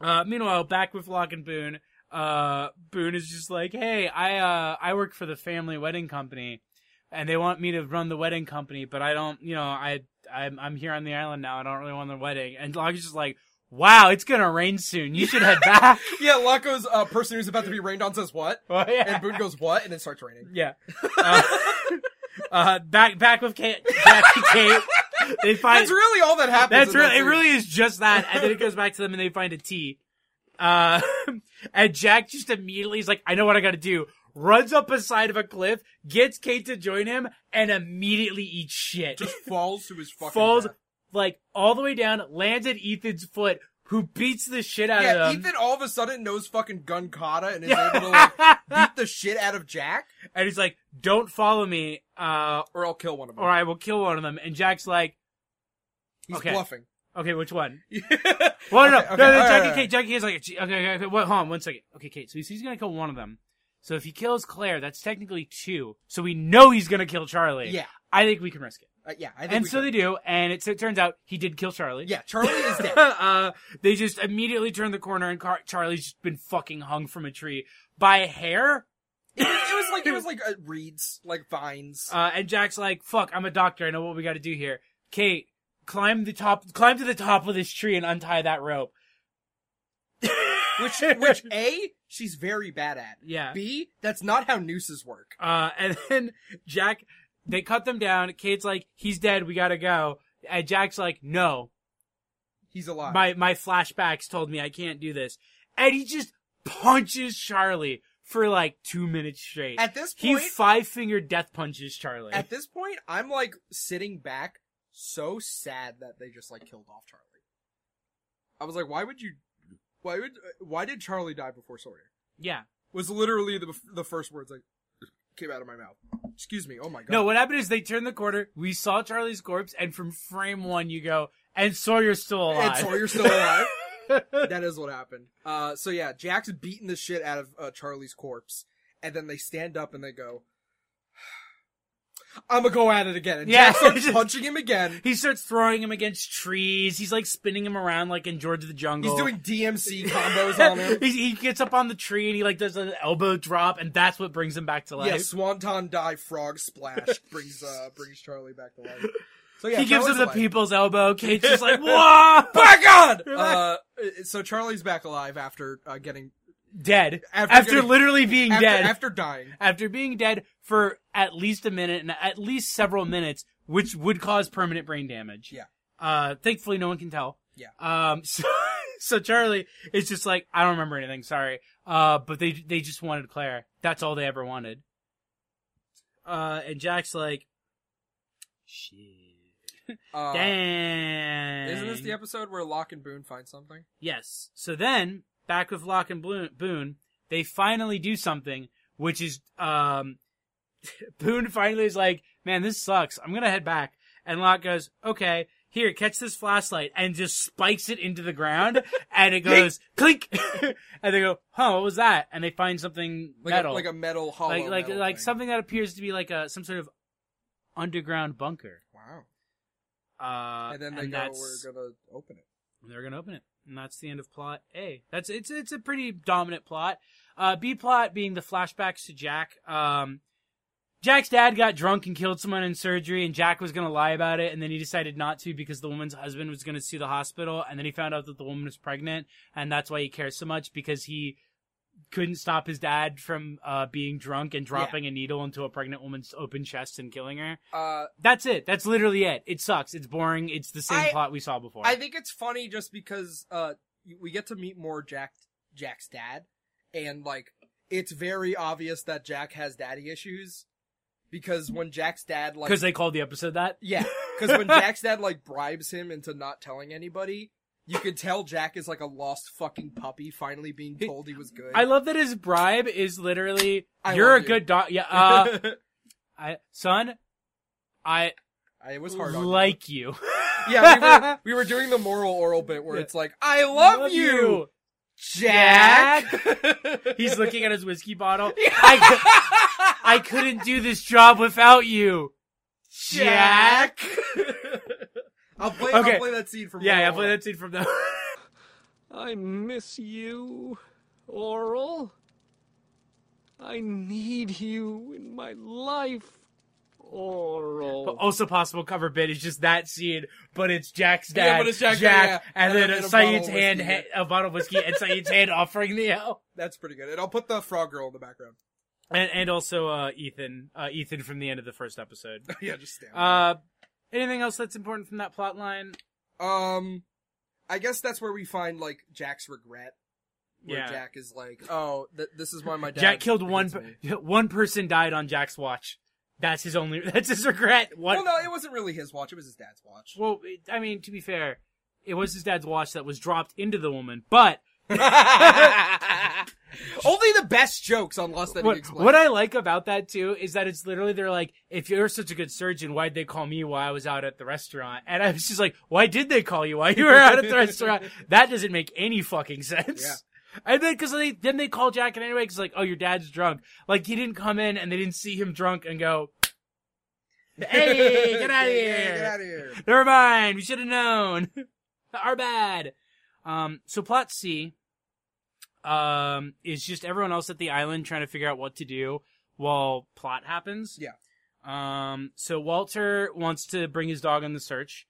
Uh, meanwhile, back with Locke and Boone, uh, Boone is just like, "Hey, I uh, I work for the family wedding company, and they want me to run the wedding company, but I don't, you know, I I'm, I'm here on the island now. I don't really want the wedding." And Locke is just like, "Wow, it's gonna rain soon. You should head back."
Yeah, Laco's uh, person who's about to be rained on says what,
well, yeah,
and Boone goes what, and it starts raining.
yeah. Uh, uh, back back with Kate, back to Kate. They find
That's really all that happens.
That's
in that
really, it
scene.
really is just that. And then it goes back to them and they find a T. Uh, and Jack just immediately is like, I know what I gotta do. runs up a side of a cliff, gets Kate to join him, and immediately eats shit.
Just falls to his fucking
Falls
death.
like all the way down, lands at Ethan's foot, who beats the shit out
Yeah,
of him.
Ethan all of a sudden knows fucking gun kata and is able to like
Yeah.
beat the shit out of Jack,
and he's like, "Don't follow me, uh,
or I'll kill one of them.
or I will kill one of them." And Jack's like,
He's
okay.
bluffing.
"Okay, which one?"
yeah,
Well, no, no,
Okay,
no,
okay, all right,
Jackie
all right.
Kate, Jackie Kate's like, okay, okay, okay, wait, hold on, one second. Okay, Kate, so he's, he's gonna kill one of them. So if he kills Claire, that's technically two. So we know he's gonna kill Charlie. I think we can risk it.
Uh, yeah. I think
And
we
so
can.
they do, and it, so it turns out he did kill Charlie.
Yeah, Charlie is dead.
uh, they just immediately turn the corner, and Car- Charlie's just been fucking hung from a tree by a hair.
it was like it was like uh, reeds, like vines.
Uh, and Jack's like, "Fuck, I'm a doctor. I know what we got to do here." Kate, climb the top, climb to the top of this tree and untie that rope.
which which a she's very bad at.
yeah.
B that's not how nooses work.
Uh, and then Jack, they cut them down. Kate's like, "He's dead. We gotta go." And Jack's like, "No,
He's alive.
my my flashbacks told me I can't do this." And he just punches Charlie for like two minutes straight.
at this
he
point,
five finger death punches Charlie.
at this point, I'm like sitting back, so sad that they just like killed off Charlie. I was like, why would you? Why would? Why did Charlie die before Sawyer?
yeah.
Was literally the the first words like came out of my mouth. Excuse me. Oh my god.
No, what happened is they turned the corner. We saw Charlie's corpse, and from frame one, you go, and Sawyer's still alive.
And Sawyer's still alive. that is what happened. Uh, so yeah, Jack's beating the shit out of uh, Charlie's corpse, and then they stand up and they go, "I'm gonna go at it again." And
Yeah,
Jack starts
just-
punching him again.
he starts throwing him against trees. He's like spinning him around, like in George of the Jungle.
He's doing DMC combos on him.
he, he gets up on the tree and he like does an elbow drop, and that's what brings him back to life.
Yeah, Swanton dive frog splash brings uh brings Charlie back to life. So yeah,
he gives him
Charlie's
the
alive.
people's elbow. Kate's just like, "Whoa,
My God!
You're
Uh, so Charlie's back alive after uh, getting
dead!"
After
After,
getting-
literally being
after,
dead,
after dying.
after being dead for at least a minute and at least several minutes, which would cause permanent brain damage.
Yeah.
Uh, thankfully, no one can tell.
Yeah.
Um. So, so Charlie is just like, I don't remember anything. Sorry. Uh. But they they just wanted Claire. That's all they ever wanted. Uh. And Jack's like, shit.
Uh,
Dang.
Isn't this the episode where Locke and Boone find something?
Yes. So then, back with Locke and Blo- Boone, they finally do something, which is um, Boone finally is like, "Man, this sucks. I'm gonna head back." And Locke goes, "Okay, here, catch this flashlight," and just spikes it into the ground, and it goes clink, and they go, "Huh, what was that?" And they find something
Like
metal,
a, like a metal hollow,
like like,
metal
like
thing.
something that appears to be like a some sort of underground bunker.
Wow.
Uh,
and then they go,
that's-
we're gonna open it.
and they're gonna open it and that's the end of plot a that's it's it's a pretty dominant plot uh b plot being the flashbacks to jack um jack's dad got drunk and killed someone in surgery and jack was gonna lie about it and then he decided not to because the woman's husband was gonna sue the hospital and then he found out that the woman was pregnant and that's why he cares so much because he couldn't stop his dad from uh, being drunk and dropping a needle into a pregnant woman's open chest and killing her.
Uh,
That's it. That's literally it. It sucks. It's boring. It's the same
I-
plot we saw before.
I think it's funny just because uh, you- we get to meet more Jack, Jack's dad, and like it's very obvious that Jack has daddy issues because when Jack's dad like
Because they called the episode that.
yeah, because when Jack's dad like bribes him into not telling anybody. You could tell Jack is like a lost fucking puppy, finally being told he was good.
I love that his bribe is literally
I
you're a
love you."
good dog. Yeah, uh, I, son, I
I it was hard. on you.
like you.
yeah, we were, we were doing the moral oral bit where
Yeah.
it's like, I love, you, Jack.
He's looking at his whiskey bottle. I, I couldn't do this job without you, Jack.
I'll play. I'll
Okay.
play that scene from.
Yeah, yeah,
Moral
play
Oral.
that scene from the.
I miss you, Oral. I need you in my life,
Oh.
But
Oral.
also possible cover bit is just that scene, but it's Jack's dad,
Yeah, but it's Jack, yeah.
and,
And
then,
then a bottle of
Saeed's hand,
whiskey.
ha- a bottle of whiskey, and Saeed's hand offering the help.
That's pretty good. And I'll put the frog girl in the background.
and and also uh, Ethan, uh, Ethan from the end of the first episode.
yeah, just stand.
Uh, anything else that's important from that plot line?
um, I guess that's where we find like Jack's regret where
Yeah.
Jack is like, "Oh, th- this is why my dad."
Jack killed one.
hates me."
per- One person died on Jack's watch. That's his only. That's his regret. What?
Well, no, it wasn't really his watch. It was his dad's watch.
Well, it- I mean, to be fair, it was his dad's watch that was dropped into the woman. But
Only the best jokes on Lost that
what,
explain.
what I like about that too is that it's literally they're like, if you're such a good surgeon, why'd they call me while I was out at the restaurant? And I was just like, why did they call you while you were out at the restaurant? That doesn't make any fucking sense. And then, cause they, then they call Jack in anyway, cause like, oh, your dad's drunk. Like, he didn't come in and they didn't see him drunk and go, hey, get out of
Yeah,
here.
Get out of here.
Never mind. We should have known. Our bad. Um, so plot C, um, is just everyone else at the island trying to figure out what to do while plot happens.
Yeah.
Um, so Walter wants to bring his dog on the search,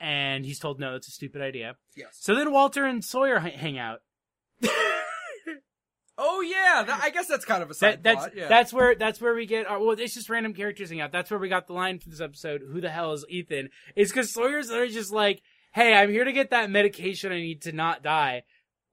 and he's told no, it's a stupid idea.
Yes.
So then Walter and Sawyer h- hang out.
Oh yeah, that, I guess that's kind of a
That,
side
that's
plot. Yeah.
that's where that's where we get our well it's just random characters hanging out. That's where we got the line for this episode. Who the hell is Ethan? It's because Sawyer's literally just like, hey, I'm here to get that medication I need to not die.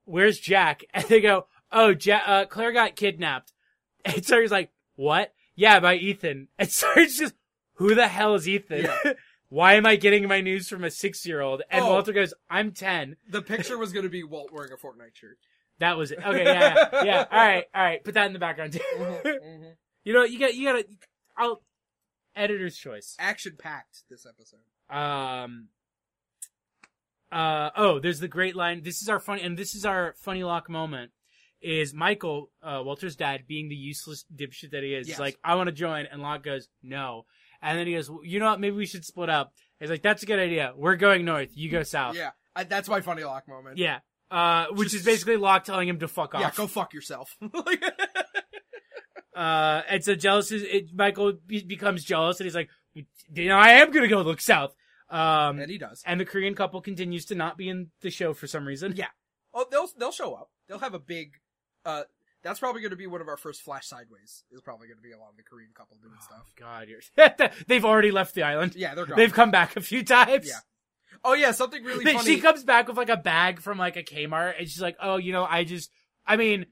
Where's Jack? And they go, oh, ja- uh, Claire got kidnapped. And Sawyer's like, what? Yeah, by Ethan. And Sawyer's just, who the hell is Ethan?
Yeah.
Why am I getting my news from a six year old? And
Oh.
Walter goes, I'm ten.
the picture was going to be Walt wearing a Fortnite shirt.
That was it. Okay, yeah, yeah, yeah. All right, all right. Put that in the background too.
Uh-huh.
You know, you got you gotta I'll editor's choice.
Action packed this episode.
Um uh oh, there's the great line. This is our funny and this is our funny lock moment. Is Michael, uh, Walter's dad, being the useless dipshit that he is,
Yes.
is like, I want to join. And Locke goes, no. And then he goes, well, you know what? Maybe we should split up. He's like, that's a good idea. We're going north. You go south.
Yeah, I, that's my funny lock moment.
Yeah. Uh, which is basically Locke telling him to fuck off.
yeah, go fuck yourself.
Uh, and so jealous is, it, Michael be- becomes jealous and he's like, you know, I am going to go look south. Um,
and he does.
and the Korean couple continues to not be in the show for some reason.
Yeah. Oh, they'll they'll show up. They'll have a big. Uh, that's probably going to be one of our first flash sideways. Is probably going to be a lot of the Korean couple doing
Oh,
stuff.
God, you're... they've already left the island.
Yeah, they're gone.
They've come back a few times.
Yeah. Oh yeah, something really
They-
funny.
she comes back with like a bag from like a Kmart, and she's like, "Oh, you know, I just, I mean,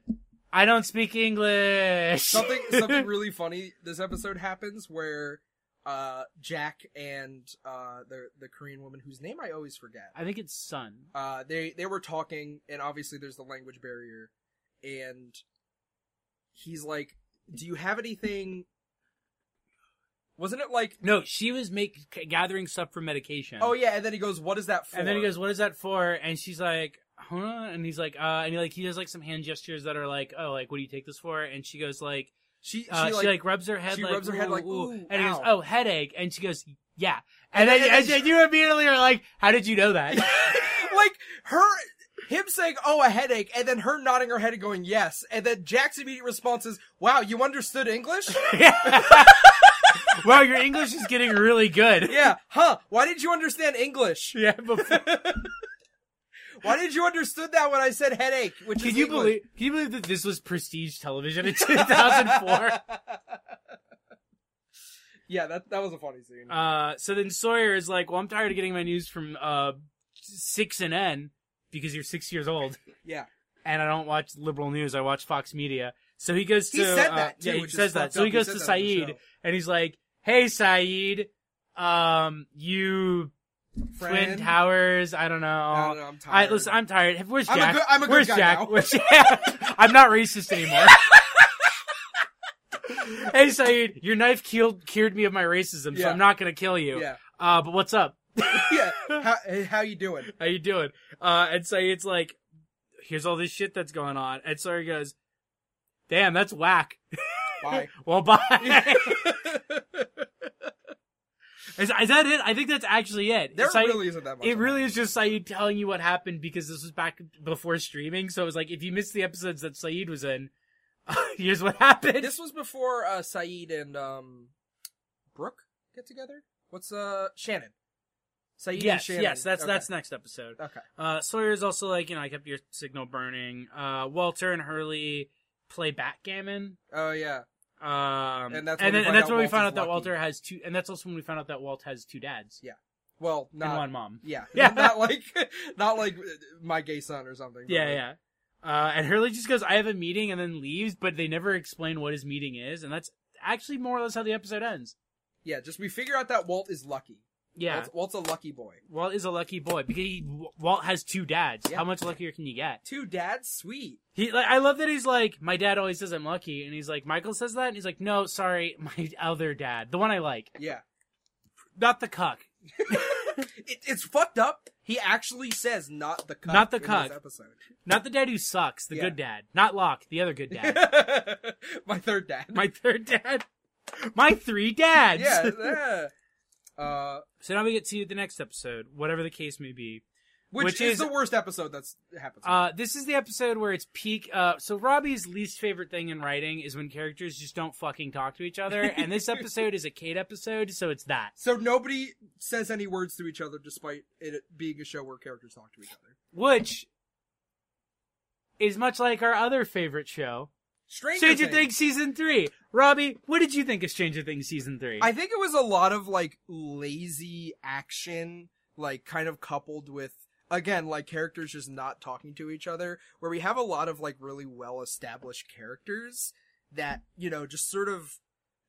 I don't speak English."
something something really funny this episode happens where uh Jack and uh the the Korean woman whose name I always forget.
I think it's Sun.
Uh they they were talking and obviously there's the language barrier and he's like, "Do you have anything Wasn't it like
No, she was make gathering stuff for medication.
Oh yeah, and then he goes, "What is that for?"
And then he goes, "What is that for?" And she's like, "Huh?" And he's like, "Uh," and he like he does like some hand gestures that are like, "Oh, like what do you take this for?" And she goes like,
"She she,
uh, she,
like,
like, rubs her head,
she
like,
rubs her head
"Ooh,
like,
ooh,"
"Ooh,
and he goes,
ow."
"Oh, headache," and she goes, "Yeah." And, then,
then-
and then you immediately are like, "How did you know that?"
like her him saying oh a headache and then her nodding her head and going yes and then jack's immediate response is wow you understood english
wow, your English is getting really good.
yeah huh why did you understand english
Yeah, but
why did you understood that when i said headache which
can
is
you
English?
believe? Can you believe that this was prestige television in 2004?
yeah that that was a funny scene
Uh, so then Sawyer is like, "Well, I'm tired of getting my news from uh six and N because you're six years old,
yeah
and I don't watch liberal news. I watch Fox Media." So he goes to
he said
uh,
that too,
yeah, he
which is
says that.
fucked
So he
up.
goes
said
to
that on the
Saeed
show.
and he's like, "Hey, Saeed, um, you twin
Friend?
towers? I don't know."
I don't know, i'm
I
tired
listen. I'm tired. Where's
I'm a
Jack?
good- I'm a good
Where's
guy
Jack?
now.
Where's I'm not racist anymore. hey Saeed, your knife cured, cured me of my racism, so
Yeah.
I'm not gonna kill you.
yeah
Uh, but what's up?
yeah how, hey, how you doing
How you doing? Uh, and Saeed's like, here's all this shit that's going on. And Sawyer goes, damn, that's whack.
bye
Well, bye. is, is that it? I think that's actually it.
there
Saeed-
really isn't that much
it
of
really
that.
is just Saeed telling you what happened because this was back before streaming. So it was like, if you missed the episodes that Saeed was in, here's what happened.
this was before uh Saeed and um Brooke get together. What's uh Shannon? Saeed and
yes,
Shannon.
yes, that's
Okay.
that's next episode.
okay.
Uh, Sawyer's also like, you know, I kept your signal burning. Uh, Walter and Hurley play backgammon.
Oh yeah,
Um,
And that's when
and,
we
then-
find
and that's
out
when we
Walt
found
is
out that
lucky.
Walter has two, and that's also when we found out that Walt has two dads
well not
and one mom.
yeah
Yeah.
not like not like uh, my gay son or something. but
Yeah,
like-
yeah. Uh, and Hurley just goes, I have a meeting, and then leaves, but they never explain what his meeting is. And that's actually more or less how the episode ends.
Yeah, just we figure out that Walt is lucky.
Yeah.
Walt's, Walt's a lucky boy.
Walt is a lucky boy because he, Walt has two dads.
Yeah.
How much luckier can you get?
Two dads, sweet.
He, like, I love that he's like, my dad always says I'm lucky, and he's like, Michael says that, and he's like, no, sorry, my other dad, the one I like,
Yeah.
not the cuck.
It, it's fucked up. He actually says not the cuck.
Not the
in this
cuck.
episode.
Not the dad who sucks, the
Yeah.
good dad. Not Locke, the other good dad.
My third dad.
my third dad. My three dads.
yeah. yeah. Uh,
So now we get to the next episode, whatever the case may be.
which,
Which
is,
is-
the worst episode that's happened.
Uh, this is the episode where it's peak. Uh, so Robbie's least favorite thing in writing is when characters just don't fucking talk to each other, and this episode is a Kate episode, so it's that.
so nobody says any words to each other, despite it being a show where characters talk to each other.
Which is much like our other favorite show,
Stranger,
Stranger Things. season three. Robbie, what did you think of Stranger Things season three?
I think it was a lot of like lazy action, like kind of coupled with again like characters just not talking to each other, where we have a lot of like really well established characters that you know just sort of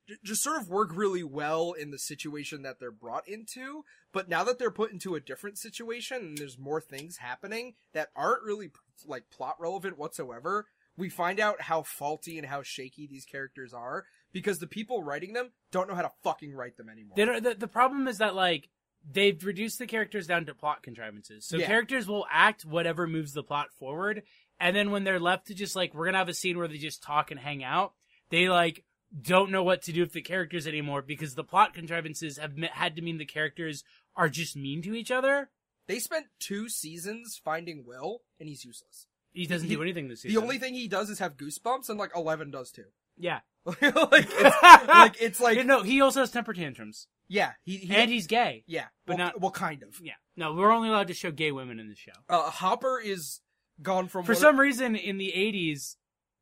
j- just sort of work really well in the situation that they're brought into but now that they're put into a different situation and there's more things happening that aren't really like plot relevant whatsoever we find out how faulty and how shaky these characters are because the people writing them don't know how to fucking write them anymore
They don't, the, the problem is that like they've reduced the characters down to plot contrivances. So
Yeah.
characters will act whatever moves the plot forward, and then when they're left to just like we're gonna have a scene where they just talk and hang out, they like don't know what to do with the characters anymore because the plot contrivances have me- had to mean the characters are just mean to each other.
they spent two seasons finding will and he's useless
He doesn't
He-
do anything this season.
the only thing he does is have goosebumps and like 11 does too
yeah,
like it's like it's like
no, he also has temper tantrums
yeah he, he
and he's gay.
yeah
but
well,
not-
well kind of
Yeah, no, we're only allowed to show gay women in the show.
uh, Hopper is gone from
For
one-
some reason, in the '80s,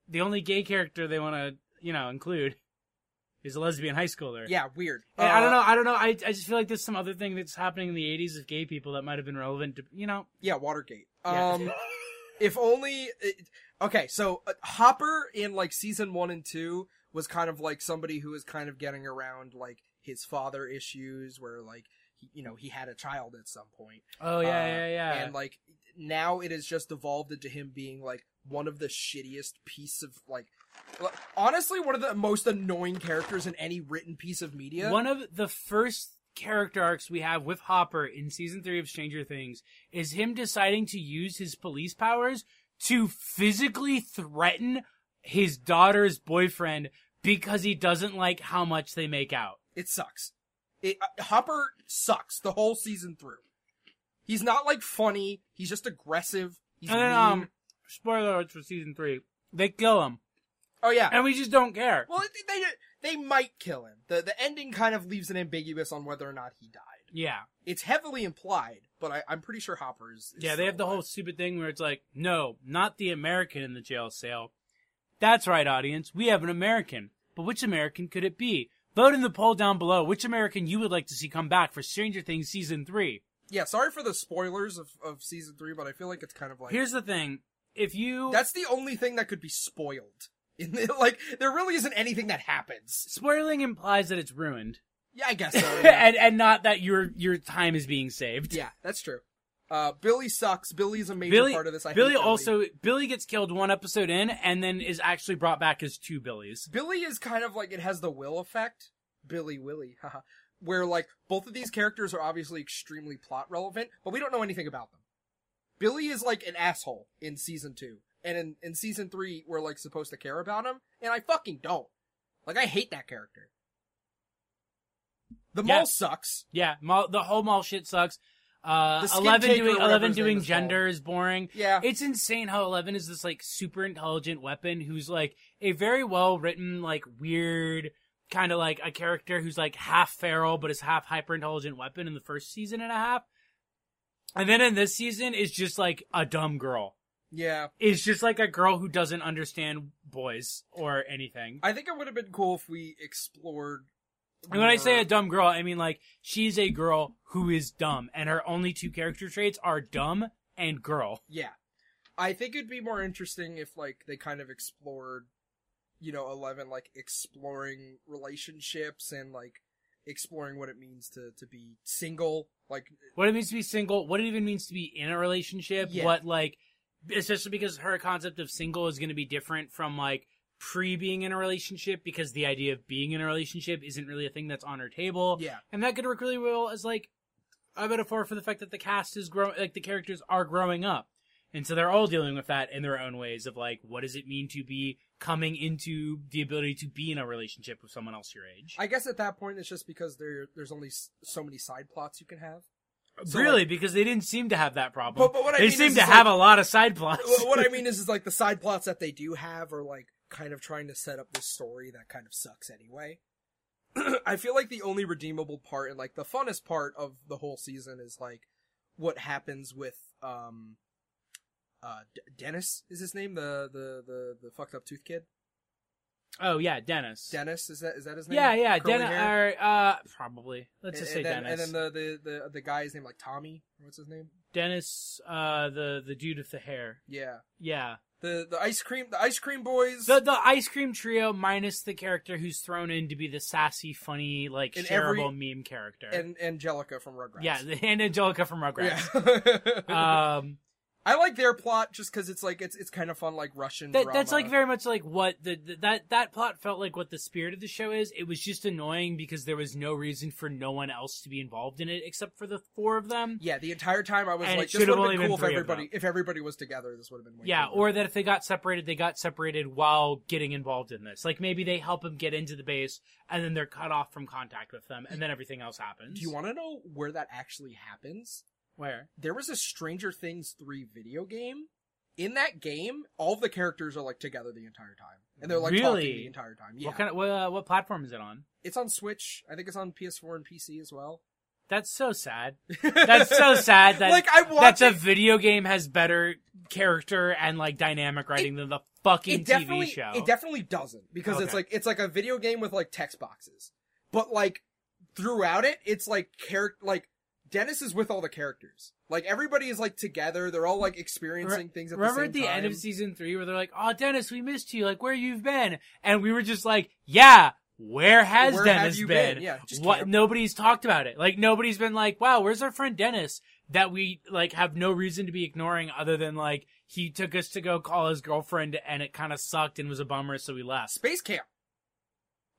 the only gay character they want to, you know, include is a lesbian high schooler.
yeah weird.
And I
Uh,
don't know. I don't know. I, I just feel like there's some other thing that's happening in the '80s of gay people that might have been relevant to, you know.
Yeah, Watergate.
Yeah.
Um, if only. It, okay, so uh, Hopper in like season one and two was kind of like somebody who was kind of getting around like his father issues, where like he, you know he had a child at some point,
Oh yeah,
uh,
yeah, yeah.
and like now it has just evolved into him being like one of the shittiest piece of like. l- Honestly, one of the most annoying characters in any written piece of media.
One of the first character arcs we have with Hopper in season three of Stranger Things is him deciding to use his police powers to physically threaten his daughter's boyfriend because he doesn't like how much they make out.
It sucks. It, uh, Hopper sucks the whole season through. He's not like funny. He's just aggressive. He's
And then,
mean.
um, spoiler alerts for season three. They kill him,
oh yeah.
and we just don't care.
Well, it- they they might kill him. the The ending kind of leaves it ambiguous on whether or not he died.
Yeah,
It's heavily implied, but I, I'm pretty sure Hopper is. is
yeah. They
still
have the whole
alive.
stupid thing where it's like, no, not the American in the jail cell. That's right, audience. We have an American, but which American could it be? Vote in the poll down below which American you would like to see come back for Stranger Things season three.
Yeah, sorry for the spoilers of, of season three, but I feel like it's kind of like
Here's the thing: if you
that's the only thing that could be spoiled. In the, like, there really isn't anything that happens.
spoiling implies that it's ruined,
Yeah, I guess so. yeah.
and and not that your your time is being saved.
Yeah, that's true. Uh, Billy sucks. Billy's a major
Billy,
part of this. I hate
Billy also Billy gets killed one episode in, and then is actually brought back as two Billys.
Billy is kind of like it has the will effect. Billy Willy, haha. Where like both of these characters are obviously extremely plot relevant, but we don't know anything about them. Billy is like an asshole in season two, and in, in season three we're like supposed to care about him, and I fucking don't. Like I hate that character. The
Yeah.
mall sucks.
Yeah, mall, the whole mall shit sucks. Uh,
The skin
Eleven
cake or
doing
whatever
Eleven
his name
doing
is
gender is boring.
Yeah,
It's insane how Eleven is this like super intelligent weapon who's like a very well written like weird kind of like a character who's like half feral but is half hyper intelligent weapon in the first season and a half, and then in this season is just like a dumb girl.
yeah.
is just like a girl who doesn't understand boys or anything.
I think it would have been cool if we explored.
And when I say
more-
a dumb girl, I mean like she's a girl who is dumb, and her only two character traits are dumb and girl.
Yeah. I think it'd be more interesting if like they kind of explored, you know, Eleven like exploring relationships and like exploring what it means to to be single. Like
What it means to be single, what it even means to be in a relationship,
Yeah.
what like especially because her concept of single is going to be different from like pre being in a relationship because the idea of being in a relationship isn't really a thing that's on her table.
yeah,
And that could work really well as like a metaphor for the fact that the cast is growing, like the characters are growing up. And so they're all dealing with that in their own ways of like, what does it mean to be coming into the ability to be in a relationship with someone else your age?
I guess at that point it's just because there there's only s- so many side plots you can have. so,
really, because they didn't seem to have that problem.
But, but what I
they
mean
seem
is,
to
is,
have
like,
a lot of side plots.
wh- what I mean is is like the side plots that they do have are like kind of trying to set up this story that kind of sucks anyway. I feel like the only redeemable part and like the funnest part of the whole season is like what happens with um uh D- Dennis is his name the the the the fucked up tooth kid
oh yeah, Dennis.
Dennis is that is that his name
yeah, yeah,
Curly
Dennis.
hair?
Or, uh, probably. Let's
and,
just say
and then,
Dennis.
and then the, the the the guy's name like Tommy what's his name
Dennis, uh, the the dude with the hair.
yeah
Yeah,
the the ice cream the ice cream boys
the the ice cream trio minus the character who's thrown in to be the sassy, funny, like
And
shareable meme character.
and Angelica from Rugrats
yeah, and Angelica from Rugrats.
Yeah.
um,
I like their plot just because it's like it's it's kind of fun, like Russian.
that,
drama.
that's like very much like what the, the that that plot felt like what the spirit of the show is. It was just annoying because there was no reason for no one else to be involved in it except for the four of them.
yeah. The entire time I was
And
like,
it
this
should've
would have
only
been
been
cool if
three of
everybody
them.
if everybody was together. This would have been way
Yeah,
cooler.
or that if they got separated, they got separated while getting involved in this. Like maybe they help him get into the base, and then they're cut off from contact with them, and then everything else happens.
do you want to know where that actually happens?
where?
There was a Stranger Things three video game. In that game, all of the characters are like together the entire time, and they're like talking
Really?
the entire time. Yeah,
What kind of what, uh, what platform is it on?
it's on Switch. I think it's on PS4 and PC as well.
That's so sad. That's so sad that
like I watched
that's a video game has better character and like dynamic writing than the fucking
it definitely
TV show.
it definitely doesn't because it's
Okay.
like it's like a video game with like text boxes but like throughout it it's like character like dennis is with all the characters like everybody is like together they're all like experiencing things at
Remember
the same
at the
time
end of season three where they're like, "Oh, Dennis, we missed you. Like, where you've been?" And we were just like, "Yeah, where has
Where have
Dennis
you
been?
been? Yeah, just
what?
can't-
Nobody's talked about it. Like, nobody's been like, "Wow, where's our friend Dennis?" That we like have no reason to be ignoring other than like he took us to go call his girlfriend and it kind of sucked and was a bummer, so we left.
space camp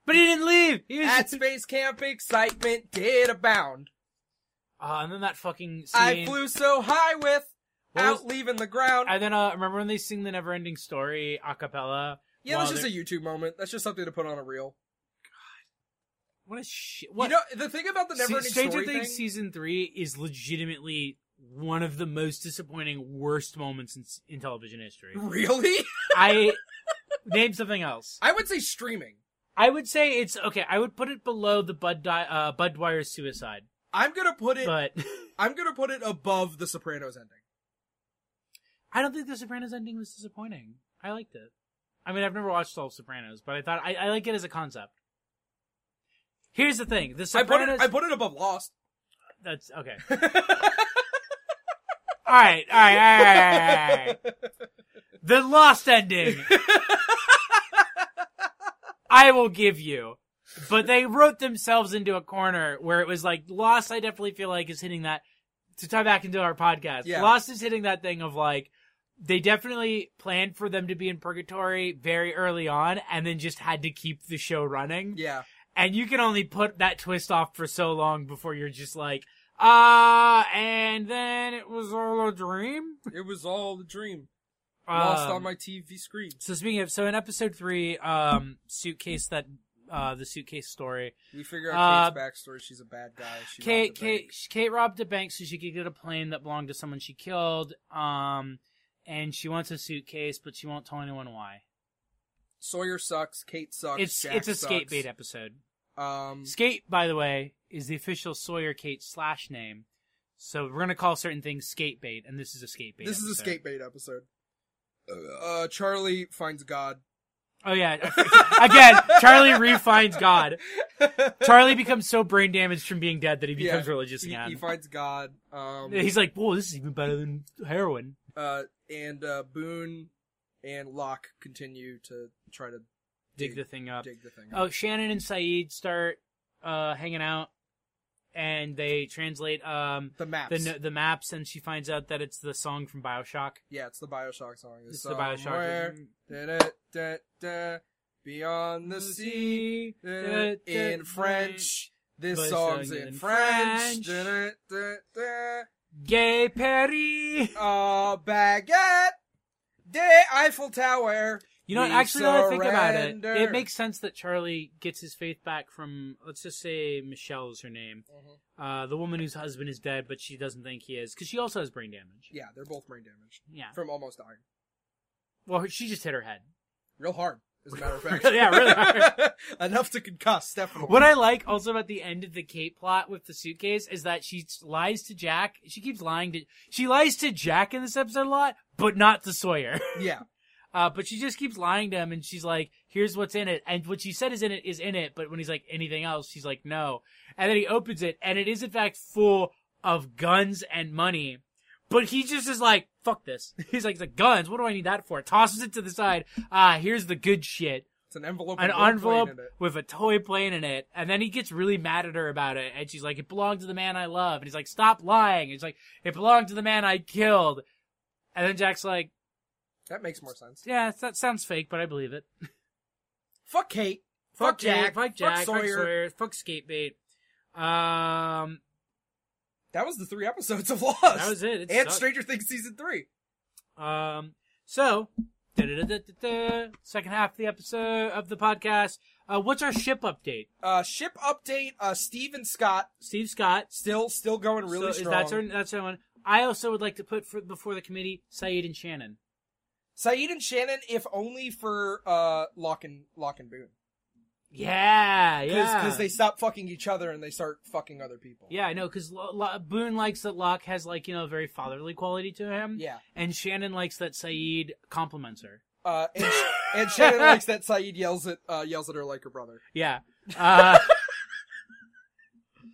But he didn't leave. He was
at space camp excitement did abound
Uh, and then that fucking scene.
i flew so high with
What
out
was-
leaving the ground
and then uh, remember when they sing the never ending story a cappella?
yeah that's
while
just a youtube moment that's just something to put on a reel
What a shit. What?
you know the thing about the
Se-
never ending
Stranger
story
Things
thing,
season three is legitimately one of the most disappointing, worst moments in, s- in television history.
really
I name something else.
i would say streaming
I would say it's okay. I would put it below the Bud Di- uh, Bud Dwyer suicide,
i'm gonna put it
but
I'm gonna put it above the Sopranos ending.
I don't think the Sopranos ending was disappointing. I liked it. I mean, I've never watched all of Sopranos, but I thought I, I like it as a concept. Here's the thing: the
I put
Sopranos.
it. I put it above Lost.
that's okay. All right, all right, all right, all right, all right. The Lost ending. I will give you. But they wrote themselves into a corner where it was like Lost. I definitely feel like is hitting that to tie back into our podcast.
Yeah.
Lost is hitting that thing of like they definitely planned for them to be in purgatory very early on, and then just had to keep the show running.
yeah,
And you can only put that twist off for so long before you're just like, ah, and then it was all a dream.
it was all a dream. Lost
Um,
on my TV screen.
so speaking of, so in episode three, um, suitcase that, uh, the suitcase story.
We figure out
uh,
Kate's backstory. She's a bad guy. She
Kate,
robbed a bank.
Kate, Kate robbed a bank so she could get a plane that belonged to someone she killed. Um, and she wants a suitcase, but she won't tell anyone why.
Sawyer sucks. Kate sucks.
it's
Jack
it's a
sucks.
skate bait episode.
Um,
Skate, by the way, is the official Sawyer Kate slash name. So we're gonna call certain things skate bait, and this is a skate bait.
this is a
episode.
skate bait episode. Uh, Charlie uh, finds God.
Oh yeah. Again, Charlie refines God. Charlie becomes so brain damaged from being dead that he becomes
Yeah,
religious
he,
again.
he finds God. Um,
He's like, whoa, this is even better than heroin.
uh, and uh, Boone and Locke continue to try to
Dig the thing up.
dig the thing.
Oh,
up.
Shannon and Saeed start uh, hanging out, and they translate um,
the maps.
the no- the maps, and she finds out that it's the song from Bioshock.
yeah, it's the Bioshock song.
It's the
somewhere.
Bioshock.
Da, da, da, da, beyond the sea. da,
da,
in
da,
French. This
But
song's
sung
in
in French.
French. Da, da, da,
Gay Perry.
da. Uh, baguette. De Eiffel Tower.
You know, what,
We
actually, now that I think about it,
surrender.
it makes sense that Charlie gets his faith back from, let's just say Michelle is her name,
Mm-hmm.
uh, the woman whose husband is dead, but she doesn't think he is, because she also has brain damage.
Yeah, they're both brain damaged
Yeah.
from almost dying.
Well, her- she just hit her head.
Real hard, as a matter of fact.
Yeah, really hard.
Enough to concuss, definitely.
What I like also about the end of the Kate plot with the suitcase is that she lies to Jack. She keeps lying to, she lies to Jack in this episode a lot, but not to Sawyer.
Yeah,
Uh, but she just keeps lying to him, and she's like, "Here's what's in it," and what she said is in it is in it. But when he's like, "Anything else?" she's like, "No." And then he opens it, and it is in fact full of guns and money. But he just is like, "Fuck this." He's like, "The guns? What do I need that for?" Tosses it to the side. Ah, here's the good shit.
it's an envelope.
An
with one
envelope
plane in it.
with a toy plane in it, and then he gets really mad at her about it, and she's like, "It belonged to the man I love," and he's like, "Stop lying." And he's like, "It belonged to the man I killed," and then Jack's like,
That makes more sense.
"Yeah, that sounds fake, but I believe it."
Fuck Kate.
Fuck,
Fuck Jack.
Jack. Fuck Jack. Fuck
Sawyer.
Sawyer. Fuck, Skatebait. Um,
That was the three episodes of Lost.
that was it. it
and
sucked.
Stranger Things season three.
Um, so da-da-da-da-da-da, second half of the episode of the podcast. Uh, what's our ship update?
Uh, ship update. Uh, Steve and Scott
Steve Scott.
still still going really
so
strong.
Is, that's our that's our one. I also would like to put for, before the committee Saeed and Shannon.
Saeed and Shannon, if only for uh Lock and Lock and Boone,
Yeah,
because
yeah.
they stop fucking each other and they start fucking other people.
yeah, I know, because Lo- Lo- Boone likes that Locke has, like, you know, a very fatherly quality to him.
yeah.
And Shannon likes that Saeed compliments her.
Uh, and, and Shannon likes that Saeed yells at uh, yells at her like her brother.
Yeah. Uh,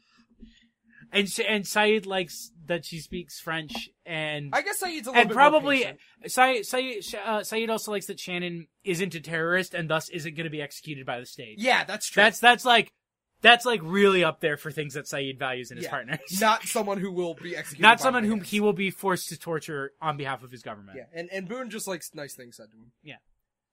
and Sa- and Saeed likes that she speaks French, and
I guess Saeed's a little
and
bit
probably
more patient.
Saeed Saeed, Sh- uh, Saeed also likes that Shannon isn't a terrorist and thus isn't going to be executed by the state.
yeah, that's true.
That's that's like that's like really up there for things that Saeed values in his
Yeah.
partners.
not someone who will be executed.
Not
by
someone
my
whom
hands.
he will be forced to torture on behalf of his government.
Yeah, and and Boone just likes nice things said to him.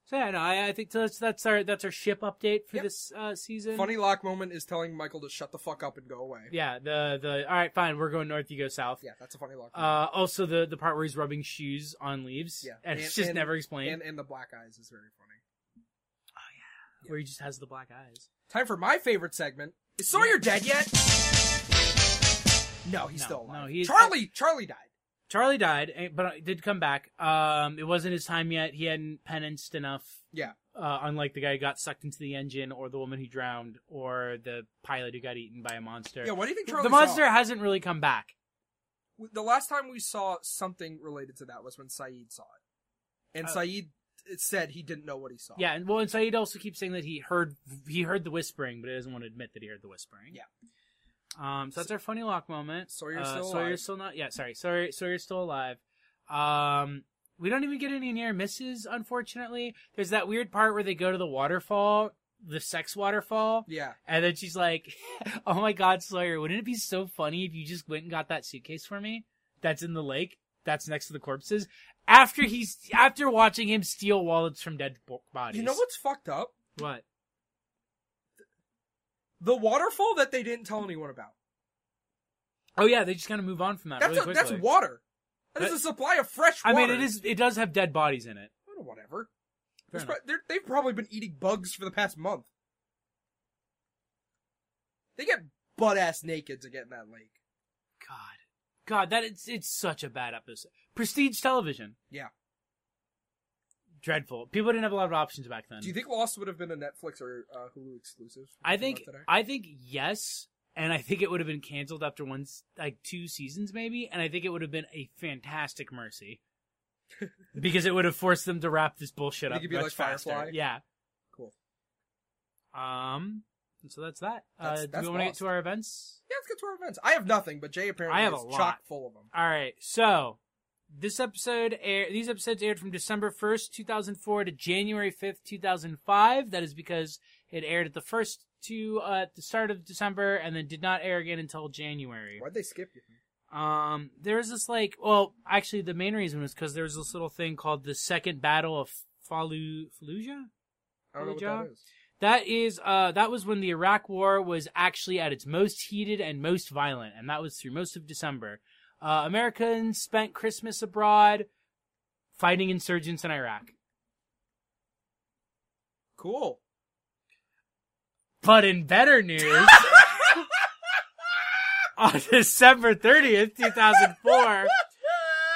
So yeah, no, I, I think that's that's our that's our ship update for
Yep.
this uh, season.
Funny Lock moment is telling Michael to shut the fuck up and go away.
Yeah. The the all right, fine. We're going north. You go south.
Yeah, that's a funny Lock. moment.
Uh, also the the part where he's rubbing shoes on leaves.
Yeah.
and,
And-
it's just
and-
never explained.
and and the black eyes is very funny.
where he just has the black eyes.
Time for my favorite segment. Is Sawyer dead yet? No, he's
No,
still alive.
no, he's-
Charlie. Charlie died.
Charlie died, eh, but uh, did come back. Um, it wasn't his time yet. He hadn't penanced enough.
Yeah.
Uh, unlike the guy who got sucked into the engine, or the woman who drowned, or the pilot who got eaten by a monster.
Yeah, what do you think Charlie?
the monster
Saw?
hasn't really come back.
The last time we saw something related to that was when Saeed saw it, and
Uh,
Saeed said he didn't know what he saw.
Yeah, and well, and Saeed also keeps saying that he heard he heard the whispering, but he doesn't want to admit that he heard the whispering.
Yeah.
Um, so that's our funny lock moment.
Sawyer's
uh,
still alive.
Sawyer's still not. Yeah, sorry. Sawyer, Sawyer's still alive. Um, we don't even get any near misses, unfortunately. There's that weird part where they go to the waterfall, the sex waterfall,
Yeah.
and then she's like, "Oh my God, Sawyer, wouldn't it be so funny if you just went and got that suitcase for me? That's in the lake. That's next to the corpses." After he's after watching him steal wallets from dead bo- bodies.
You know what's fucked up?
What?
The waterfall that they didn't tell anyone about.
Oh yeah, they just kind of move on from that
That's
really
a,
quickly.
that's water. That is
That-
a supply of fresh
I
water.
mean, it is. It does have dead bodies in it.
Well, whatever.
Fair
There's pro- they're- they've probably been eating bugs for the past month. They get butt ass naked to get in that lake.
God, God, that it's it's such a bad episode. Prestige television.
Yeah.
Dreadful. People didn't have a lot of options back then.
Do you think Lost would have been a Netflix or uh, Hulu exclusive? if
I
it came
think
out today?
I think yes, and I think it would have been canceled after one s- like two seasons maybe, and I think it would have been a fantastic mercy because it would have forced them to wrap this bullshit
They
up
could be
much
like
faster.
Firefly.
Yeah, Um, and so that's that.
That's-
uh, do
that's
we want to get
lost.
to our events?
Yeah, let's get to our events. I have nothing, but Jay apparently
I have
is
a lot.
chock full of them.
All right. So this episode, air, these episodes aired from December first, two thousand four, to January fifth, two thousand five. That is because it aired at the first two uh, at the start of December, and then did not air again until January.
Why'd they skip you?
Um, there was this like, well, actually, the main reason was because there was this little thing called the Second Battle of Falu Fallujah.
I don't know what
Job.
that is.
That is, uh, that was when the Iraq War was actually at its most heated and most violent, and that was through most of December. Uh, Americans spent Christmas abroad fighting insurgents in Iraq.
Cool.
But in better news, on December 30th, 2004,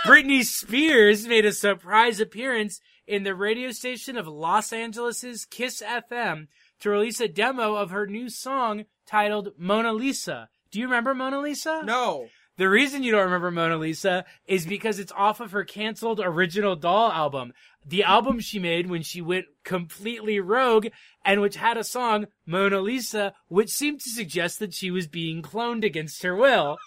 Britney Spears made a surprise appearance in the radio station of Los Angeles' Kiss FM to release a demo of her new song titled Mona Lisa. Do you remember Mona Lisa?
No.
The reason you don't remember Mona Lisa is because it's off of her canceled original doll album. The album she made when she went completely rogue and which had a song, Mona Lisa, which seemed to suggest that she was being cloned against her will.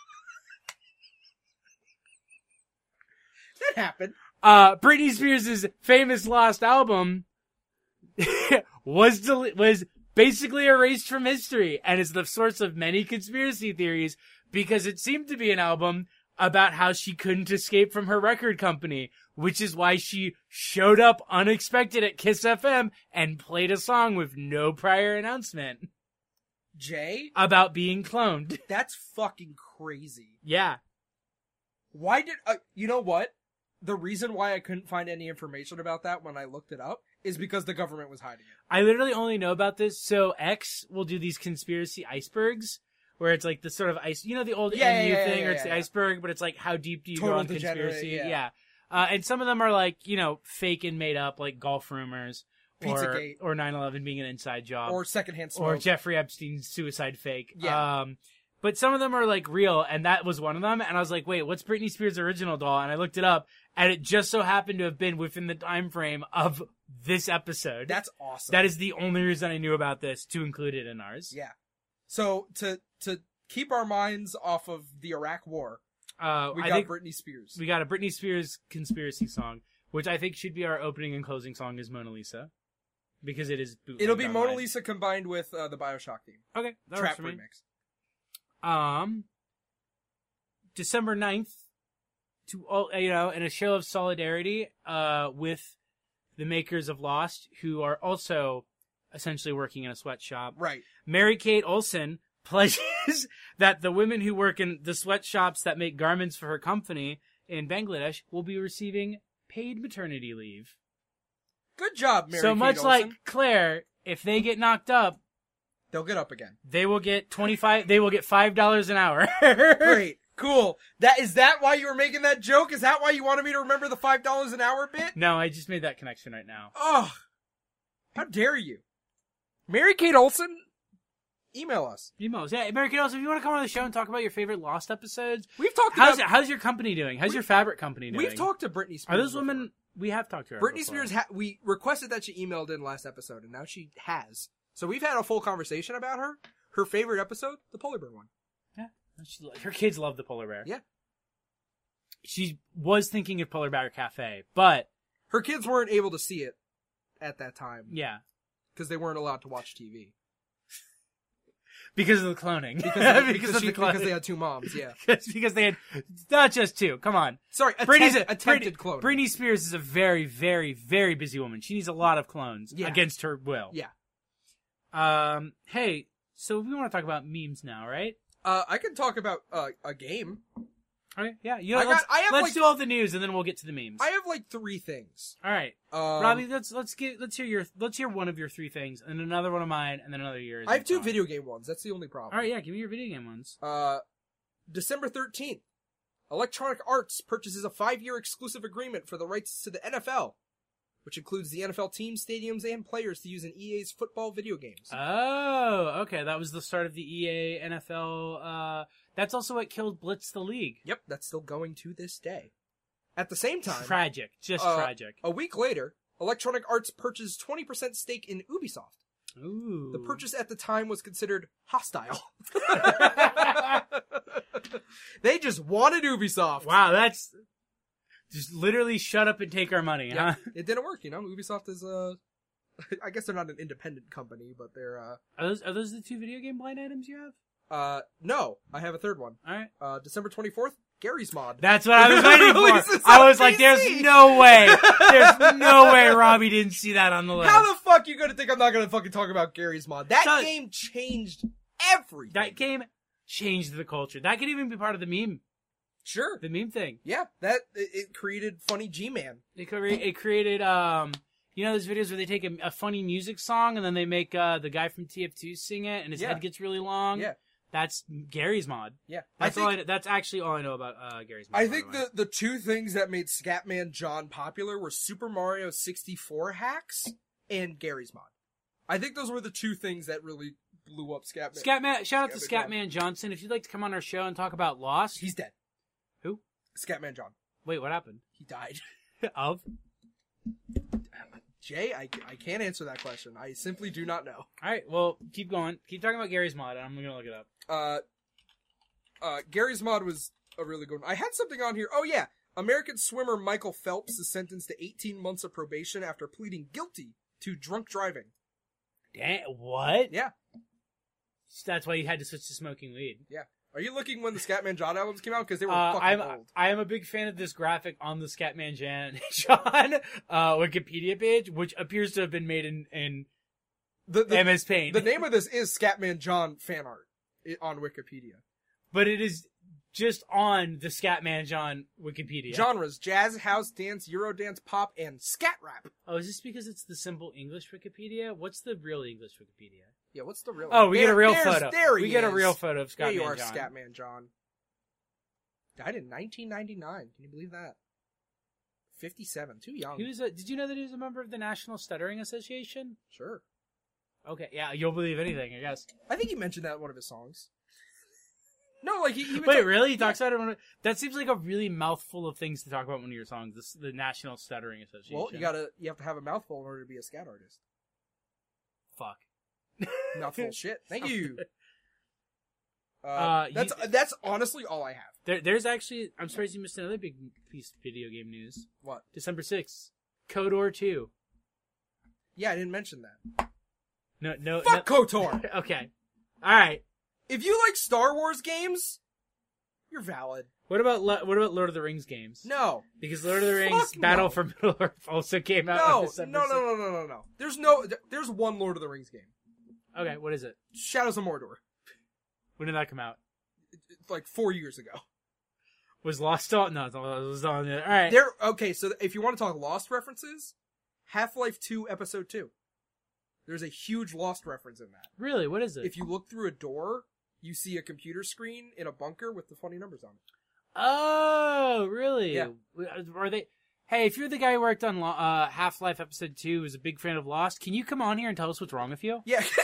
That happened.
Uh, Britney Spears' famous lost album was, del- was basically erased from history and is the source of many conspiracy theories because it seemed to be an album about how she couldn't escape from her record company, which is why she showed up unexpected at Kiss FM and played a song with no prior announcement
Jay,
about being cloned.
that's fucking crazy.
yeah.
Why did uh, you know what? The reason why I couldn't find any information about that when I looked it up is because the government was hiding it.
I literally only know about this. So X will do these conspiracy icebergs where it's like the sort of ice, you know, the old
Yeah, yeah,
MU
yeah,
thing,
yeah,
or it's
yeah,
the
yeah.
iceberg, but it's like how deep do you
Total
go on
degenerate,
conspiracy?
yeah.
Uh, and some of them are like you know fake and made up, like golf rumors, or
Pizzagate.
or 9/11 being an inside job,
Or secondhand smoke.
Um, or Jeffrey Epstein's suicide fake.
Yeah.
Um, but some of them are like real, and that was one of them. And I was like, wait, what's Britney Spears' original doll? And I looked it up, and it just so happened to have been within the time frame of this episode.
that's awesome.
That is the only reason I knew about this to include it in ours.
Yeah. So to to keep our minds off of the Iraq War,
Uh,
we
I
got
think
Britney Spears.
we got a Britney Spears conspiracy song, which I think should be our opening and closing song is Mona Lisa, because it is. bootlegged
It'll be Mona
online.
Lisa combined with uh, the Bioshock theme,
Okay, that works
trap
for me.
remix.
Um, December 9th, to all you know, in a show of solidarity, uh, with the makers of Lost, who are also essentially working in a sweatshop.
Right.
Mary Kate Olsen pledges that the women who work in the sweatshops that make garments for her company in Bangladesh will be receiving paid maternity leave.
Good job, Mary.
so
Kate
much
Olsen.
like Claire, if they get knocked up,
they'll get up again.
they will get 25 they will get $5 an hour.
Great. Cool. That is that why you were making that joke? Is that why you wanted me to remember the five dollars an hour bit?
No, I just made that connection right now.
Oh, how dare you, Mary Kate Olsen? Email us.
Emos. Yeah, American Elves, if you want to come on the show and talk about your favorite Lost episodes,
We've talked
how's,
about.
how's your company doing? How's
We-
your fabric company doing?
We've talked to Britney Spears.
Are those
before.
women? We have talked to her.
Britney
before.
Spears. Ha- we requested that she emailed in last episode, and now she has. So we've had a full conversation about her. Her favorite episode, the polar bear one.
She lo- her kids love the polar bear.
Yeah.
She was thinking of Polar Bear Cafe, but
Her kids weren't able to see it at that time
yeah,
because they weren't allowed to watch TV
because of the cloning.
because
Because
they, because
of
she-
the cloning.
because they had two moms. Yeah,
Because- because they had not just two. Come on,
sorry,
Britney's
attempt,
a,
attempted
Britney,
clone.
Britney Spears is a very, very, very busy woman. She needs a lot of clones
Yeah.
against her will.
Yeah.
Um. Hey, so we want to talk about memes now, right?
Uh, I could talk about uh, a game.
Okay. Yeah. You
I
let's
got- I have,
let's
like-
do all the news and then we'll get to the memes.
I have like three things.
all right,
Um,
Robbie. Let's let's get let's hear your let's hear one of your three things and another one of mine and then another of yours.
I have
and
two
so on.
video game ones. That's the only problem.
All right, yeah, give me your video game ones.
Uh, December 13th, Electronic Arts purchases a five year exclusive agreement for the rights to the NFL, which includes the NFL team, stadiums, and players to use in EA's football video games.
Uh. Oh, okay. That was the start of the E EA NFL. Uh, that's also what killed Blitz the League.
yep, that's still going to this day. At the same time,
Tragic, just
Uh,
tragic.
a week later, Electronic Arts purchased 20% stake in Ubisoft,
Ooh.
The purchase at the time was considered hostile. they just wanted Ubisoft.
Wow, that's just literally shut up and take our money,
Yeah.
huh?
It didn't work, you know. Ubisoft is uh I guess they're not an independent company, but they're uh
Are those are those the two video game blind items you have?
uh no, I have a third one.
All right,
Uh December 24th, Gary's mod.
that's what I was waiting
Releases
for. I
on
was like, "There's
PC.
no way, there's no way Robbie didn't see that on the list."
How the fuck you gonna think I'm not gonna fucking talk about Gary's mod? That
So-
game changed everything.
that game changed the culture. That could even be part of the meme,
Sure.
the meme thing.
Yeah, that it, it created funny G-Man.
It, cre- it created, um, you know, those videos where they take a, a funny music song and then they make uh, the guy from TF2 sing it, and his
Yeah.
head gets really long.
Yeah.
that's Gary's mod.
Yeah, I
That's
think
all. I, that's actually all I know about uh, Gary's mod.
I
by
think
the way.
the, the two things that made Scatman John popular were Super Mario 64 hacks and Gary's mod. I think those were the two things that really blew up Scatman.
Scatman. Shout out to
Yeah, but-
Scatman Johnson. If you'd like to come on our show and talk about Lost,
He's dead.
Who?
Scatman John.
wait, what happened?
He died.
of
Jay, I, I can't answer that question. I simply do not know.
all right. Well, keep going. Keep talking about Gary's mod. and I'm gonna look it up.
Uh, uh, Gary's mod was a really good one. I had something on here. Oh yeah, American swimmer Michael Phelps is sentenced to 18 months of probation after pleading guilty to drunk driving.
Dang, what?
Yeah.
That's why you had to switch to smoking weed.
Are you looking when the Scatman John albums came out? Because they were
Uh,
fucking
I'm
old.
I am a big fan of this graphic on the Scatman Jan John uh, Wikipedia page, which appears to have been made in in
The, the,
MS Paint.
the name of this is Scatman John fan art i- on Wikipedia.
but it is just on the Scatman John Wikipedia.
Genres: jazz, house, dance, eurodance, pop, and scat rap.
Oh, is this because it's the simple English Wikipedia? What's the real English Wikipedia?
Yeah, what's the real?
Oh, we get
There-
a real
there's-
photo.
There he
we get a
is.
real photo of
There
Scatman
you are,
John.
Scatman John. Died in 1999. Can you believe that? 57. Too young.
He was a, did you know that he was a member of the National Stuttering Association?
sure.
Okay, yeah, you'll believe anything, I guess.
I think he mentioned that in one of his songs. No, like he. he was
Wait, really? He talks about it. When, that seems like a really mouthful of things to talk about in one of your songs. This, the National Stuttering Association.
Well, you gotta. You have to have a mouthful in order to be a scat artist.
fuck.
Mouthful of shit. Thank you. Uh,
Uh,
that's
you-
that's honestly all I have.
There, there's actually. I'm surprised you missed another big piece of video game news.
What?
December sixth, Kodor two.
Yeah, I didn't mention that.
No, no,
Fuck
no-
Kotor.
okay, all right.
if you like Star Wars games, you're valid.
What about Lo- what about Lord of the Rings games?
No,
because Lord of the Rings
Fuck
Battle
no.
for Middle Earth also came out. on
no, no,
December
no, no, no, no, no. There's no. There's one Lord of the Rings game.
6th. Okay, what is it?
Shadows of Mordor.
When did that come out?
like four years ago.
Was Lost on? No, it was on the. All right.
There, okay. So if you want to talk Lost references, Half Life Two Episode Two. There's a huge Lost reference in that.
really, what is it?
If you look through a door, you see a computer screen in a bunker with the funny numbers on it.
Oh, really?
Yeah.
Are they? Hey, if you're the guy who worked on Lo- uh, Half Life Episode Two, who's a big fan of Lost, can you come on here and tell us what's wrong with you?
Yeah.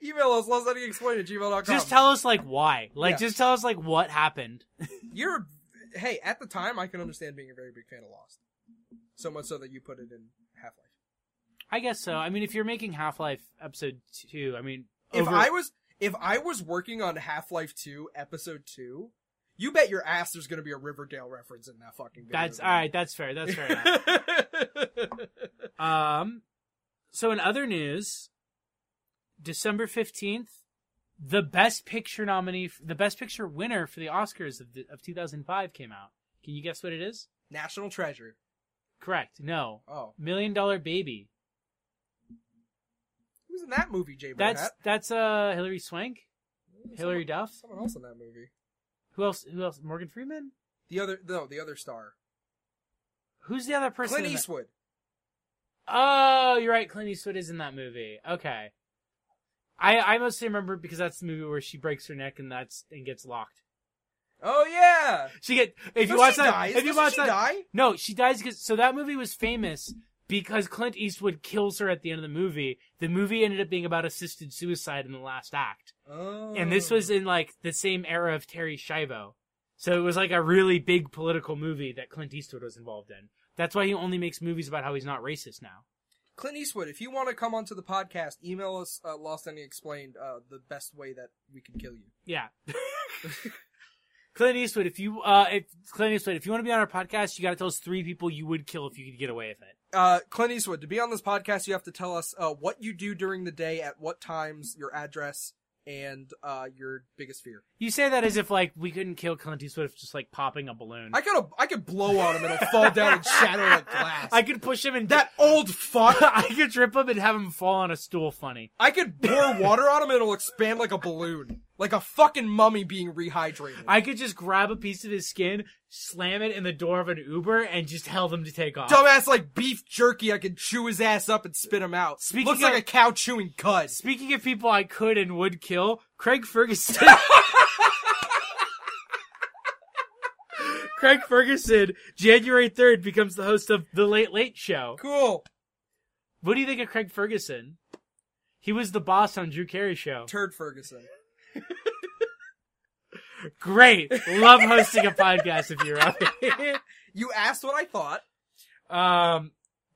Email us losteditingexplained at gmail.com.
Just tell us like why. Like,
Yeah.
just tell us like what happened.
you're. Hey, at the time, I can understand being a very big fan of Lost, so much so that you put it in Half Life.
I guess so. I mean, if you're making Half Life Episode Two, I mean,
If
over-
I was if I was working on Half Life Two Episode Two, you bet your ass there's gonna be a Riverdale reference in that fucking. Video
that's
game.
all right. That's fair. That's fair. enough. Um, so in other news, December fifteenth, the best picture nominee, the best picture winner for the Oscars of the, of two thousand five came out. Can you guess what it is?
National Treasure.
Correct. No.
Oh,
Million Dollar Baby.
who's in that movie? Jay Burnett.
That's that's uh Hillary Swank,
Someone-
Hillary Duff.
Someone else in that movie.
Who else? Who else? Morgan Freeman.
The other no, the other star.
Who's the other person?
Clint
in that-
Eastwood.
Oh, you're right. Clint Eastwood is in that movie. Okay. I I mostly remember because that's the movie where she breaks her neck and that's and gets locked.
Oh yeah.
She get if you
Doesn't
watch
she
that
die?
if you
Doesn't
watch
she
that
die?
no she dies because so that movie was famous because Clint Eastwood kills her at the end of the movie. The movie ended up being about assisted suicide in the last act.
Oh.
and this was in like the same era of Terry Schiavo. So it was like a really big political movie that Clint Eastwood was involved in. That's why he only makes movies about how he's not racist now.
Clint Eastwood, if you want to come onto the podcast, email us uh, Lost Any Explained uh, the best way that we can kill you.
Yeah. Clint Eastwood, if you uh, if Clint Eastwood, if you want to be on our podcast, you got to tell us three people you would kill if you could get away with it.
Uh, Clint Eastwood, to be on this podcast, you have to tell us uh, what you do during the day, at what times, your address, and uh, your biggest fear.
You say that as if like we couldn't kill Clint Eastwood if just like popping a balloon.
I could I could blow on him and he'll fall down and shatter like glass.
I could push him and
that old fuck.
I could trip him and have him fall on a stool. Funny.
I could pour water on him and it'll expand like a balloon, like a fucking mummy being rehydrated.
I could just grab a piece of his skin, slam it in the door of an Uber, and just tell them to take off.
Dumbass like beef jerky, I could chew his ass up and spit him out.
Speaking
Looks
of-
like a cow chewing cud.
Speaking of people I could and would kill, Craig Ferguson. Craig Ferguson, January 3rd, becomes the host of The Late Late Show.
Cool.
What do you think of Craig Ferguson? He was the boss on Drew Carey Show.
Turd Ferguson.
Great. Love hosting a podcast if you're up.
You asked what I thought.
um,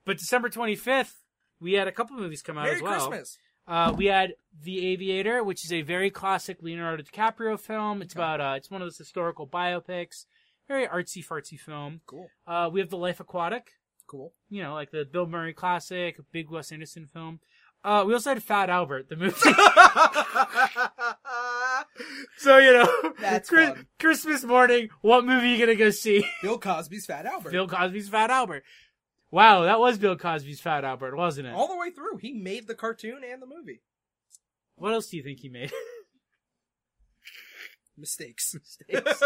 but December 25th, we had a couple movies come out
Merry
as well.
Christmas.
Uh, we had The Aviator, which is a very classic Leonardo DiCaprio film. It's about uh, it's one of those historical biopics, very artsy fartsy film.
Cool.
Uh, we have The Life Aquatic,
Cool.
you know, like the Bill Murray classic, a big Wes Anderson film. Uh, we also had Fat Albert, the movie. so you know,
That's
Chris-
fun.
Christmas morning, what movie are you gonna go see?
Bill Cosby's Fat Albert.
Bill Cosby's Fat Albert. Wow, that was Bill Cosby's Fat Albert, wasn't it?
All the way through, he made the cartoon and the movie.
What else do you think he made?
Mistakes.
Mistakes.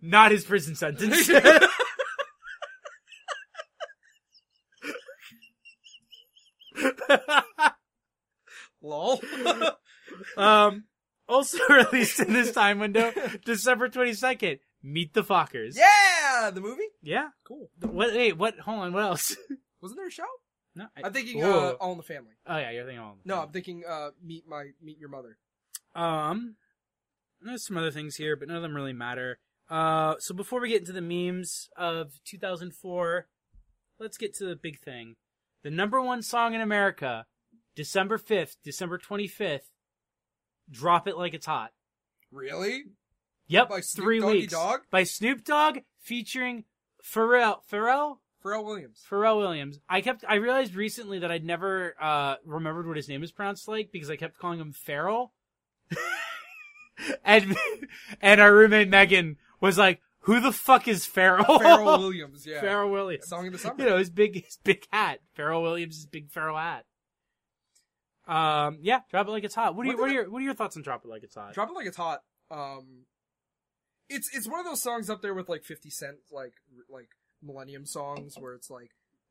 Not his prison sentence.
Lol.
um, also released in this time window, December 22nd, Meet the Fockers.
yeah, the movie.
Yeah.
Cool.
What, wait, what, hold on, what else?
Wasn't there a show?
No, I,
I'm thinking uh,
Whoa.
All in the Family.
oh yeah, you're thinking all
No, I'm thinking uh, Meet My Meet Your Mother.
Um, there's some other things here, but none of them really matter. Uh, so before we get into the memes of 2004, let's get to the big thing. The number one song in America, December 5th, December 25th, Drop It Like It's Hot.
Really?
Yep,
By Snoop
three
Doggy
weeks.
Dogg?
By Snoop Dogg featuring Pharrell. Pharrell?
Pharrell Williams.
Pharrell Williams. I kept. I realized recently that I'd never uh, remembered what his name is pronounced like because I kept calling him Farrell. and and our roommate Megan was like, "Who the fuck is Farrell?"
Pharrell Williams. Yeah.
Pharrell Williams.
Song of the summer.
You know his big his big hat. Farrell Williams' big Farrell hat. Um. Yeah. Drop it like it's hot. What are you,
What
what are
did
your What are your thoughts on drop it like it's hot?
Drop it like it's hot. Um, it's it's one of those songs up there with like Fifty Cent, like like Millennium songs, where it's like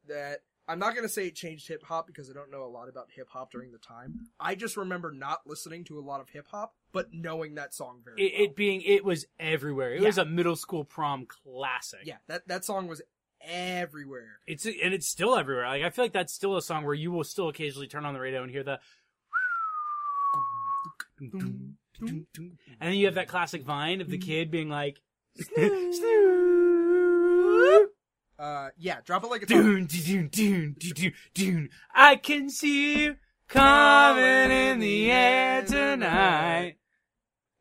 that. I'm not gonna say it changed hip hop because I don't know a lot about hip hop during the time. I just remember not listening to a lot of hip hop, but knowing that song very
it,
well.
it being it was everywhere. It
Yeah.
was a middle school prom classic.
yeah, that that song was everywhere.
It's and it's still everywhere. Like I feel like that's still a song where you will still occasionally turn on the radio and hear the and then you have that classic vine of the kid being like Snoop.
Uh, yeah, drop it like it's hot.
Doon, doon, doon, doon, doon. I can see you coming in the air tonight.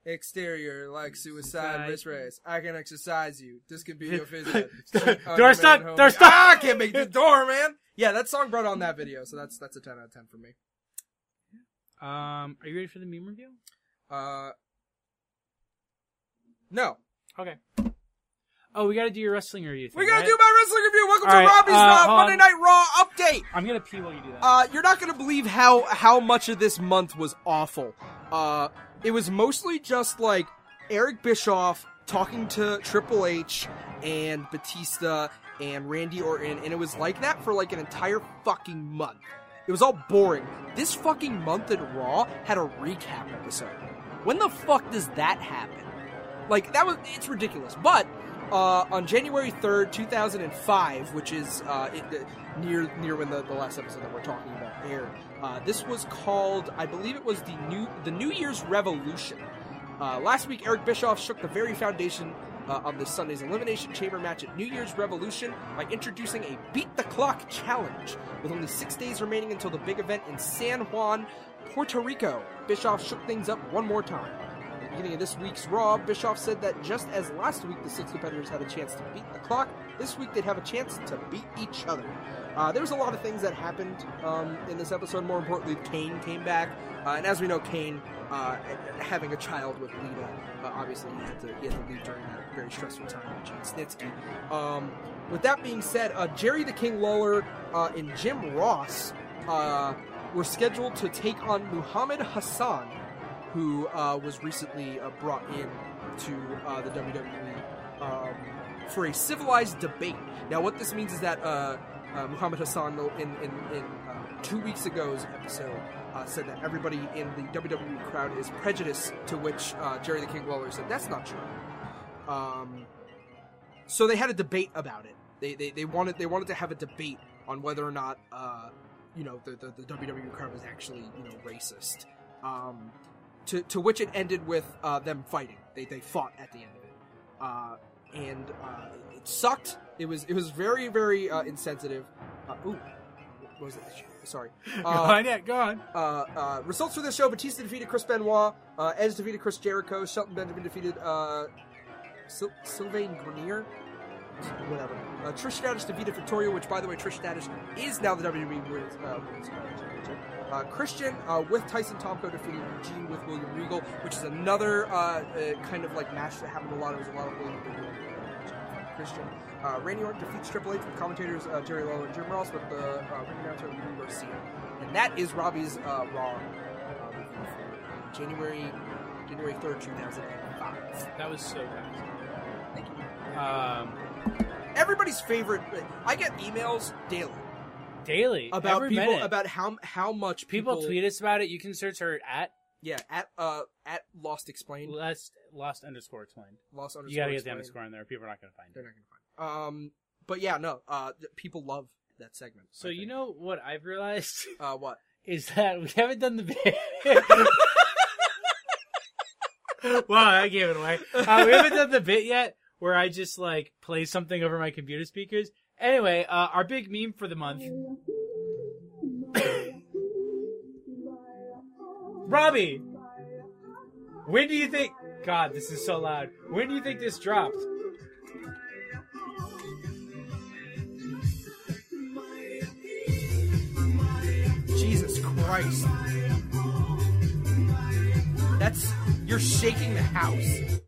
Exterior like suicide, race, race. I can exercise you. This could be your visit.
Door stuck. Door stuck.
Ah, I can't make the door, man. Yeah, that song brought on that video, so that's that's a ten out of ten for me.
Um, are you ready for the meme review?
Uh, no,
Okay. Oh, we gotta do your wrestling review. Thing,
we're gonna
right?
do my wrestling review. Welcome
All
to
right,
Robbie's
uh,
Raw
hold on.
Monday Night Raw update.
I'm gonna pee while you do that.
Uh, you're not gonna believe how how much of this month was awful. Uh, it was mostly just like Eric Bischoff talking to Triple H and Batista and Randy Orton, and it was like that for like an entire fucking month. It was all boring. This fucking month in Raw had a recap episode. When the fuck does that happen? Like that was it's ridiculous. But uh, on January third, two thousand and five, which is uh, it, uh, near near when the, the last episode that we're talking about aired, uh, this was called I believe it was the new the New Year's Revolution. Uh, last week, Eric Bischoff shook the very foundation uh, on this Sunday's Elimination Chamber match at New Year's Revolution by introducing a beat the clock challenge. With only six days remaining until the big event in San Juan, Puerto Rico, Bischoff shook things up one more time. At the beginning of this week's Raw, Bischoff said that just as last week the six competitors had a chance to beat the clock, this week they'd have a chance to beat each other. Uh, there was a lot of things that happened um, in this episode. More importantly, Kane came back, uh, and as we know, Kane uh, having a child with Lita, uh, obviously he had to he had to leave during that very stressful time with Gene Snitsky. Um, with that being said, uh, Jerry the King Lawler uh, and Jim Ross uh, were scheduled to take on Muhammad Hassan, who uh, was recently uh, brought in to uh, the WWE um, for a civilized debate. Now, what this means is that uh, uh, Muhammad Hassan in in, in uh, two weeks ago's episode uh, said that everybody in the WWE crowd is prejudiced, to which uh, Jerry the King Lawler said that's not true. Um, so they had a debate about it. They, they they wanted they wanted to have a debate on whether or not uh, you know the, the, the WWE crowd was actually you know racist. Um, to to which it ended with uh, them fighting. They they fought at the end of it, uh, and uh, it- it sucked. It was it was very very uh, insensitive. Uh, ooh, what was that? Sorry.
go
Uh,
on, yeah, go on.
uh, uh, results for this show: Batista defeated Chris Benoit, uh, Edge defeated Chris Jericho, Shelton Benjamin defeated uh, Syl- Sylvain Grenier, whatever. Uh, Trish Stratus defeated Victoria, which, by the way, Trish Stratus is now the WWE Women's uh, Women's Championship. Uh, Christian uh, with Tyson Tomko defeated Eugene with William Regal, which is another uh, uh, kind of like match that happened a lot. It was a lot of William Regal. and Christian. Uh, Randy Orton defeats Triple H with commentators uh, Jerry Lawler and Jim Ross with the uh, ring announcer Lou Garcia. And that is Robbie's uh, Raw uh, review for January January 3rd, 2005.
That was so fast.
Thank you.
Um,
everybody's favorite. I get emails daily
daily
about
every
people
minute.
about how how much
people,
people,
tweet us about it. You can search her at
Yeah, at uh at lost explained
lost lost underscore explained.
lost underscore.
You gotta get the underscore
Explained.
in there. People are not gonna find
They're
it.
not gonna find. It. Um, but yeah, no. Uh, th- people love that segment.
So
I
you
think.
know what I've realized
uh, what?
is that we haven't done the bit. wow, I gave it away. Uh, we haven't done the bit yet where I just like play something over my computer speakers. Anyway, uh, our big meme for the month. Robbie, when do you think? God, this is so loud. When do you think this dropped?
Jesus Christ! That's you're shaking the house.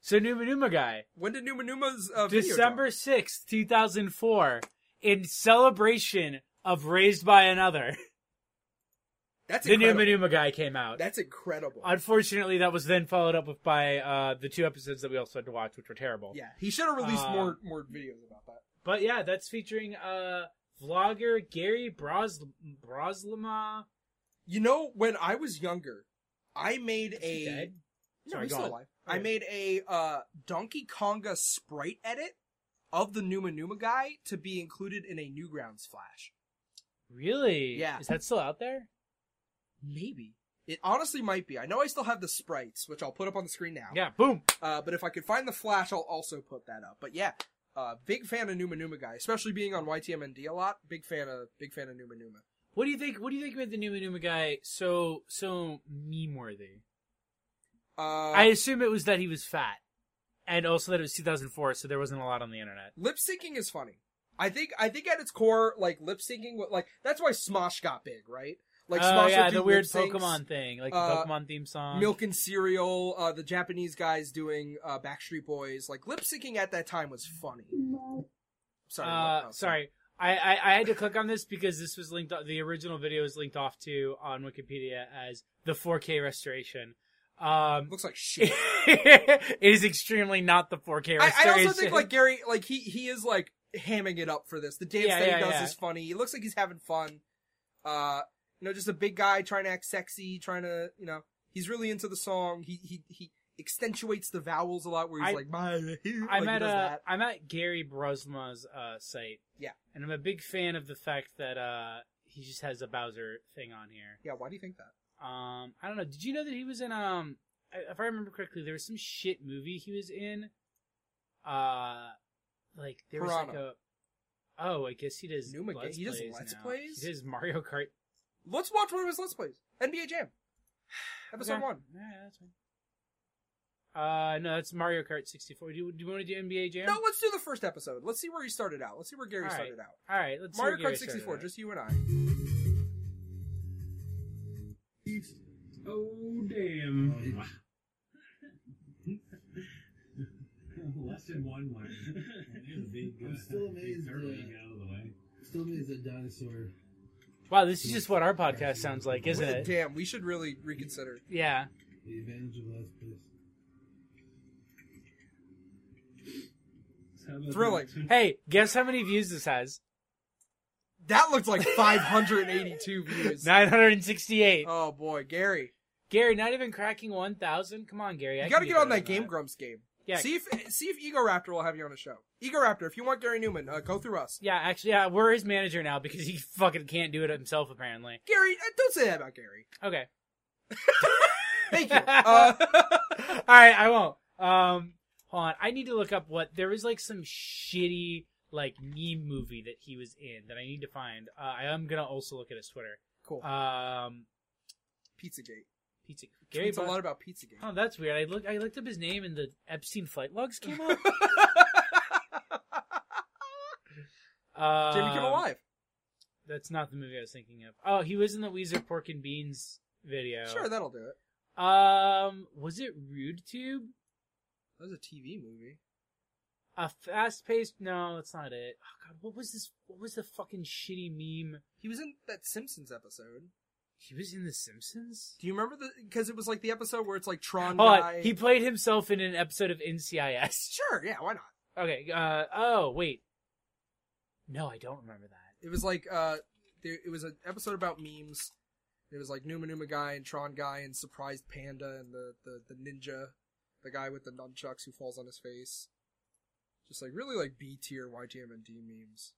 So Numa Numa guy,
When did Numa Numa's uh, video
December sixth, two thousand four, in celebration of Raised by Another.
drop? That's
the new
incredible.
Manuma guy came out.
That's incredible.
Unfortunately, that was then followed up with by uh, the two episodes that we also had to watch, which were terrible.
yeah, he should have released
Uh,
more more videos about that.
But yeah, that's featuring uh, vlogger Gary Bros Broslama.
You know, when I was younger, I made
Is he
a
dead?
No,
Sorry,
he's
go
still
on.
alive.
Okay.
I made a uh, Donkey Konga sprite edit of the Numa Numa guy to be included in a Newgrounds flash.
Really?
Yeah.
Is that still out there?
Maybe it honestly might be. I know I still have the sprites, which I'll put up on the screen now.
Yeah. Boom.
Uh, but if I could find the flash, I'll also put that up. But yeah, uh, big fan of Numa Numa guy, especially being on YTMND a lot. Big fan of big fan of Numa Numa.
What do you think? What do you think made the new Manuma guy so so meme worthy?
Uh,
I assume it was that he was fat, and also that it was 2004, so there wasn't a lot on the internet.
lip syncing is funny. I think I think at its core, like lip syncing, what- like that's why Smosh got big, right? Like
oh
Smosh
yeah,
would do
the weird
lip-syncs,
Pokemon thing, like
uh,
the Pokemon theme song.
milk and cereal. Uh, the Japanese guys doing uh, Backstreet Boys, like lip syncing at that time was funny. Sorry,
Uh,
oh,
sorry. I, I, I had to click on this because this was linked. The original video is linked off to on Wikipedia as the 4K restoration. Um,
looks like shit.
it is extremely not the 4K
I,
restoration.
I also think like Gary, like he he is like hamming it up for this. The dance
Yeah,
that
yeah,
he does
yeah.
is funny. He looks like he's having fun. Uh, you know, just a big guy trying to act sexy, trying to you know, he's really into the song. He he he accentuates the vowels a lot, where he's
I-
like, my, like
I'm
he
at
does
uh,
that.
I'm at Gary Brosma's uh, site.
Yeah.
and I'm a big fan of the fact that uh, he just has a Bowser thing on here.
Yeah, why do you think that?
Um, I don't know. Did you know that he was in um I- if I remember correctly, there was some shit movie he was in. Uh, like there was like
Piranha.
a. Oh, I guess he does.
Numa
Let's
Ga- he does
plays
Let's
now.
Plays?
He does Mario Kart.
Let's watch one of his let's plays. NBA Jam, episode
Okay.
one.
Yeah, that's fine. Uh, no, that's Mario Kart 64. Do you, do you want to do NBA Jam?
No, let's do the first episode. Let's see where he started out. Let's see where Gary
All right.
started out.
All right, let's see
Mario
what Gary
Kart
started
64,
at.
just you and I.
Oh, damn.
Less than one one.
I'm still amazed
uh,
uh,
Turtle,
that-
you get out of the way.
Still means a dinosaur.
Wow, this is just what our podcast sounds like, isn't it?
Damn, we should really reconsider.
Yeah.
The advantage of last place.
So how about
Thrilling.
that?
Hey, guess how many views this has?
That looked like 582 views.
968.
Oh boy, Gary,
Gary, not even cracking 1,000? Come on, Gary. I
you
can
got to
do
get on
better
that
than
Game Grumps game.
Yeah.
See if see if Ego Raptor will have you on a show. Ego Raptor, if you want Gary Newman, uh, go through us.
Yeah, actually, yeah, we're his manager now because he fucking can't do it himself, apparently.
Gary, uh, don't say that about Gary.
Okay.
Thank you. Uh,
All right, I won't. Um, hold on. I need to look up what there was like some shitty like meme movie that he was in that I need to find. Uh, I am gonna also look at his Twitter.
cool.
Um,
Pizzagate.
pizza. Gary.
It's a
Bus-
lot about Pizzagate.
Oh, that's weird. I look. I looked up his name, and the Epstein flight logs came up. um,
Jamie Kimmel Live.
That's not the movie I was thinking of. Oh, he was in the Weezer Pork and Beans video.
Sure, that'll do it.
um, was it Rude Tube?
That was a TV movie.
A fast paced. No, that's not it. Oh God, what was this? What was the fucking shitty meme?
He was in that Simpsons episode.
He was in The Simpsons.
Do you remember the? Because it was like the episode where it's like Tron
Hold
guy.
on, Oh, he played himself in an episode of NCIS.
Sure, yeah, why not?
Okay. Uh. Oh wait. No, I don't remember that.
It was like uh, there, it was an episode about memes. It was like Numa Numa guy and Tron guy and surprised panda and the the, the ninja, the guy with the nunchucks who falls on his face. Just like really like B tier YTMND memes.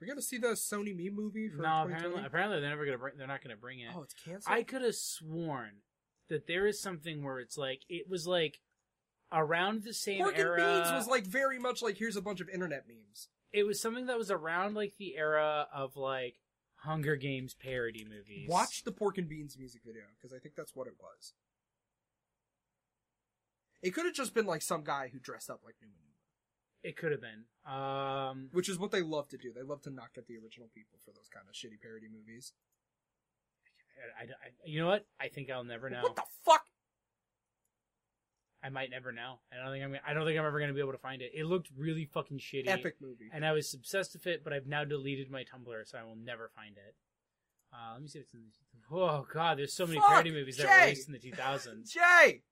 We gonna see the Sony meme movie for
No,
2020?
apparently, apparently they're never gonna. Bring, they're not gonna bring it.
Oh, it's canceled.
I could have sworn that there is something where it's like it was like around the same
Pork
era.
and Beans was like very much like here's a bunch of internet memes.
it was something that was around like the era of like Hunger Games parody movies.
Watch the Pork and Beans music video because I think that's what it was. It could have just been like some guy who dressed up like Numa Numa.
It could have been. Um,
which is what they love to do. They love to knock at the original people for those kind of shitty parody movies.
I, I, I- you know what? I think I'll never know.
What the fuck?
I might never know. I don't think I'm. Gonna, I don't think I'm ever gonna be able to find it. It looked really fucking shitty.
Epic movie.
And I was obsessed with it, but I've now deleted my Tumblr, so I will never find it. Uh, let me see what's in. The, oh god, there's so many
Fuck,
parody movies that
Jay!
were released in the 2000s.
Jay.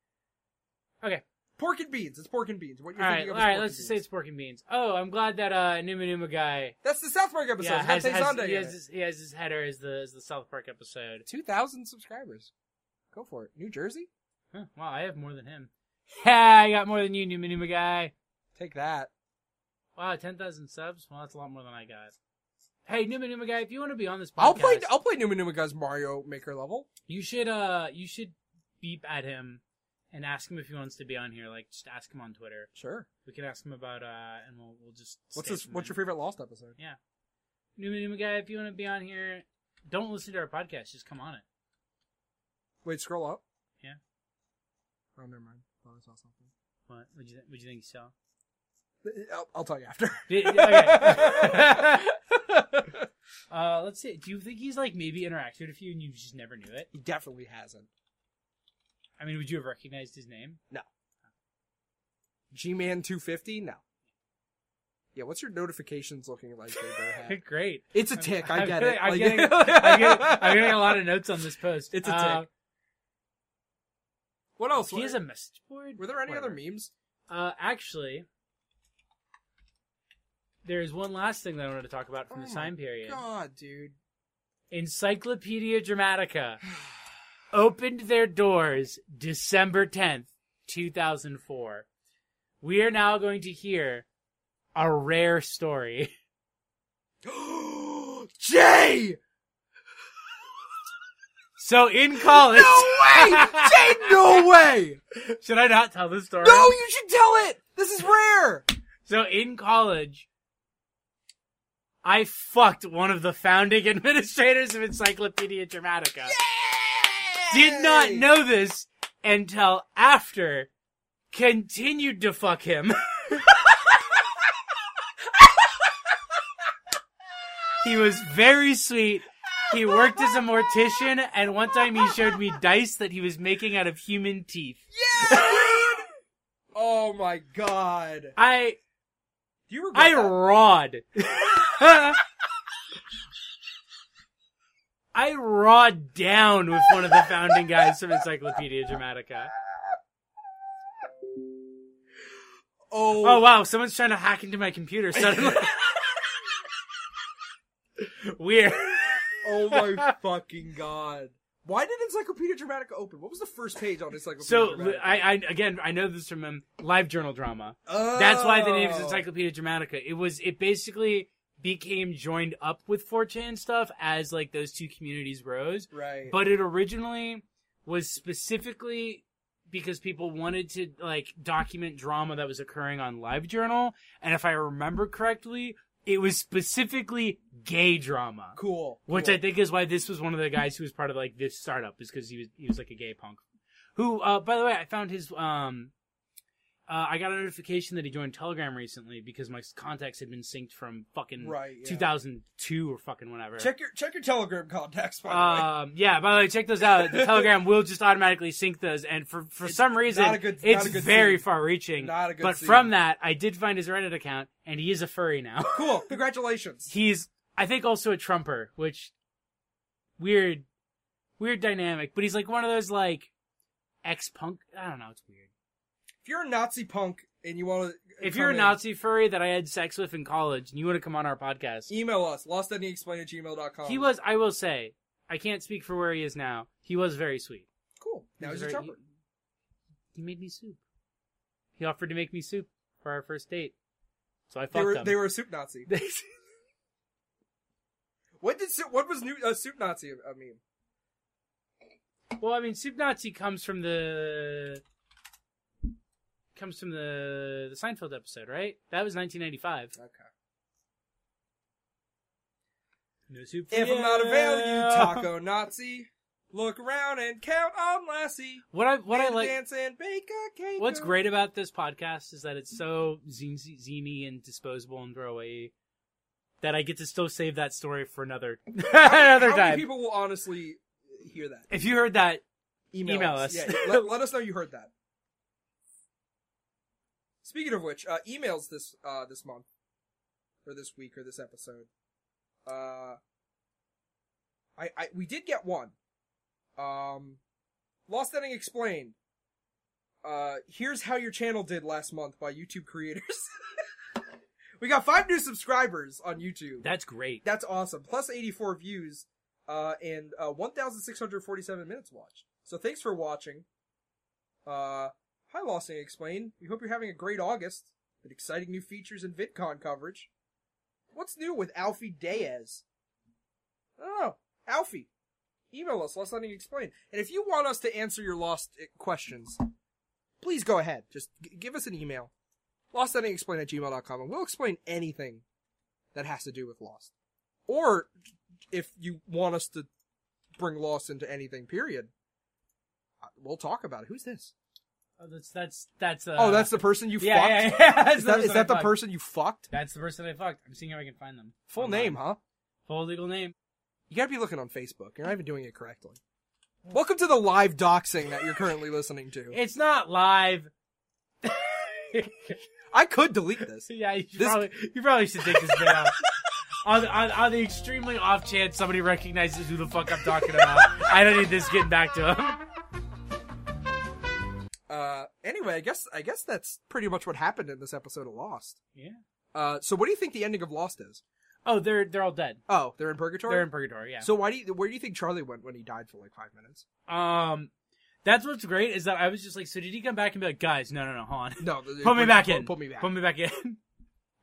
Okay.
Pork and beans. It's pork and beans. What
all
you're
right,
thinking
all
of? is
right.
pork
Let's
and
just say
beans.
it's pork and beans. Oh, I'm glad that uh, Numa Numa guy.
that's the South Park episode.
Yeah, has,
It's got
has,
Tay Zonda
he,
in
has
it.
his, he has his header as the as the South Park episode.
Two thousand subscribers. Go for it. New Jersey.
Huh, wow, I have more than him. Ha! I got more than you, Numa Numa guy.
Take that.
Wow, ten thousand subs. Well, that's a lot more than I got. Hey, Numa Numa guy, if you want to be on this podcast,
I'll play. I'll play Numa Numa Guy's Mario Maker level.
you should uh, you should beep at him and ask him if he wants to be on here. Like, just ask him on Twitter.
Sure.
We can ask him about uh, and we'll we'll just.
What's
stay
this?
from
What's your
him.
favorite Lost episode?
Numa Numa guy? If you want to be on here, don't listen to our podcast. Just come on it.
Wait, scroll up.
Yeah.
Oh, never mind. Thought I saw something.
What would you th- would you think, Sal?
I'll, I'll tell you after.
Did- okay. uh, let's see. Do you think he's like maybe interacted with you and you just never knew it?
he definitely hasn't.
I mean, would you have recognized his name?
G Man 250? No. Yeah, what's your notifications looking like? there, Bear Hat?
Great.
it's a tick. I
I'm
get
getting-
it.
I'm
Like-
getting- I'm getting, I'm getting a lot of notes on this post.
It's a
Uh,
What else?
he has a message board.
Were there any other
Whatever.
memes?
Uh, actually, there is one last thing that I wanted to talk about from
Oh
the
my
time period.
God, dude.
Encyclopedia Dramatica opened their doors December 10th, 2004. We are now going to hear a rare story.
Jay!
So in college,
No way! Jade, no way!
should I not tell this story?
No, you should tell it! This is rare!
So in college, I fucked one of the founding administrators of Encyclopedia Dramatica. Did not know this until after. Continued to fuck him. he was very sweet. He worked as a mortician, and one time he showed me dice that he was making out of human teeth.
Oh my god.
I
You regret
I
that.
rod. I rod down with one of the founding guys from Encyclopedia Dramatica.
Oh,
Oh wow, someone's trying to hack into my computer suddenly. Weird.
oh my fucking god. Why did Encyclopedia Dramatica open? What was the first page on Encyclopedia
So
Dramatica?
I, I again I know this from um, live journal drama. That's why the
Oh.
name is Encyclopedia Dramatica. It was it basically became joined up with 4chan stuff as like those two communities rose.
Right.
but it originally was specifically because people wanted to like document drama that was occurring on LiveJournal, and if I remember correctly, it was specifically gay drama,
cool.
which
cool.
I think is why this was one of the guys who was part of like this startup, is because he was he was like a gay punk. Who, uh, by the way, I found his um. Uh, I got a notification that he joined Telegram recently because my contacts had been synced from fucking
Right, yeah.
2002 or fucking whatever.
Check your check your Telegram contacts by the way.
Um, yeah, by the way, check those out. The Telegram will just automatically sync those, and for, for some reason,
not a good-
it's
not a good
very
scene.
far reaching.
Not a good
But
scene.
from that, I did find his Reddit account, and he is a furry now.
Cool. Congratulations.
He's, I think, also a Trumper, which weird, weird dynamic. But he's like one of those like ex-punk. I don't know. It's weird.
If you're a Nazi punk and you want to,
If you're a Nazi furry that I had sex with in college, and you want to come on our podcast,
email us lostendingexplained at gmail.com.
he was. I will say, I can't speak for where he is now. He was very sweet.
cool. Now he's
He's
a
very-
Trumper.
He made me soup. He offered to make me soup for our first date. So I
They
fucked
were
him.
they were a soup Nazi. What did soup, what was new uh, soup Nazi? I mean,
well, I mean, soup Nazi comes from the comes from the the Seinfeld episode, right? That was 1995.
okay.
No soup. for
If I'm not a
you.
value taco Nazi, look around and count on Lassie.
What I what I
And
like.
dance and bake a cake.
What's great about this podcast is that it's so zin- ziny and disposable and throwaway that I get to still save that story for another another
How
time.
many people will honestly hear that?
if you heard that,
Email,
Email us.
us. Yeah, yeah. let, let us know you heard that. Speaking of which, uh, emails this uh, this month, or this week, or this episode. Uh, I, I we did get one. Um, Lost Ending explained. Uh, here's how your channel did last month by YouTube creators. we got five new subscribers on YouTube.
that's great.
That's awesome. Plus 84 views, uh, and uh, 1,647 minutes watched. So thanks for watching. Uh, hi, Lost and Explain. We hope you're having a great August with exciting new features and VidCon coverage. What's new with Alfie Diaz? Oh, Alfie. Email us, Lost Landing Explain. And if you want us to answer your lost uh, questions, please go ahead. Just g- give us an email. LostLendingExplain at gmail.com, and we'll explain anything that has to do with Lost. Or if you want us to bring Lost into anything, period, uh, we'll talk about it. Who's this?
Oh, that's that's that's. Uh,
oh, that's the person you
yeah,
fucked?
yeah, yeah, that's
Is that, is that
I
the
fucked.
person you fucked?
That's the person I fucked. I'm seeing if I can find them.
Full
Online.
name, huh?
Full legal name.
You gotta be looking on Facebook. You're not even doing it correctly. Welcome to the live doxing that you're currently listening to.
It's not live.
I could delete this.
yeah, you should
This-
probably you probably should take this bit out. On, on, on the extremely off chance somebody recognizes who the fuck I'm talking about, I don't need this getting back to him.
Uh, anyway, I guess I guess that's pretty much what happened in this episode of Lost.
Yeah.
Uh, so what do you think the ending of Lost is?
Oh, they're they're all dead.
Oh, they're in purgatory.
They're in purgatory. Yeah.
So why do you, where do you think Charlie went when he died for like five minutes?
um, that's what's great is that I was just like, so did he come back and be like, guys, no, no, no, hold on,
No, the-
put me back
put-
in,
Put me back.
put me back in.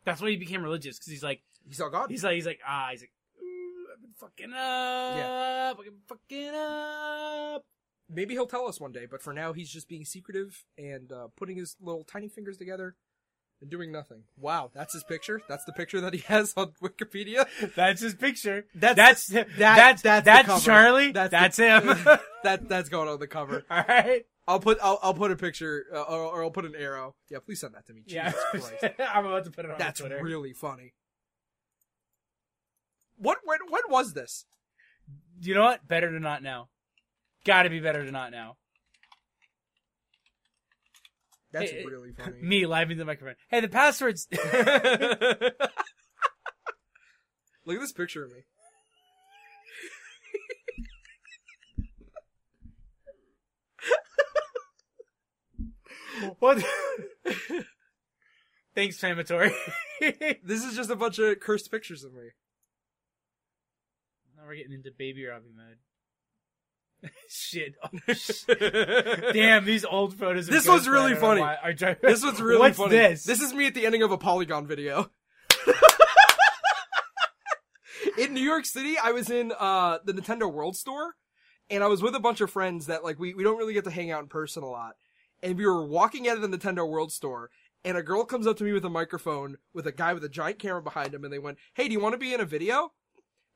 That's why he became religious because he's like,
He's all gone.
he's like, he's like, ah, he's like, "Ooh, I've been fucking up. I'm fucking up.
Maybe he'll tell us one day, but for now he's just being secretive and uh, putting his little tiny fingers together and doing nothing. Wow, that's his picture. That's the picture that he has on Wikipedia.
That's his picture.
That's-
that's that's that's,
that's the
that's,
cover.
Charlie.
That's
That's,
the-
him. All
that that's going on the cover.
right.
I'll put I'll, I'll put a picture uh, or, or I'll put an arrow. Yeah, please send that to me.
Yeah,
Jesus Christ.
I'm about to put it on
That's
Twitter.
really funny. What when when was this?
You know what? Better to not know. Got to be better to not know.
That's
Hey,
really funny.
Me live into the microphone. Hey, the password's.
Look at this picture of me.
what? Thanks, Famatory. now
This is just a bunch of cursed pictures of me.
we're getting into baby Robbie mode. shit. Oh, shit. Damn, these old photos. of
This
Ghost
was really
Rider are
funny.
wi- are dri-
This was really
What's
funny.
This?
is me at the ending of a Polygon video. in New York City, I was in uh, the Nintendo World Store, and I was with a bunch of friends that like we we don't really get to hang out in person a lot. And we were walking out of the Nintendo World Store, and a girl comes up to me with a microphone with a guy with a giant camera behind him, and they went, "Hey, do you want to be in a video?"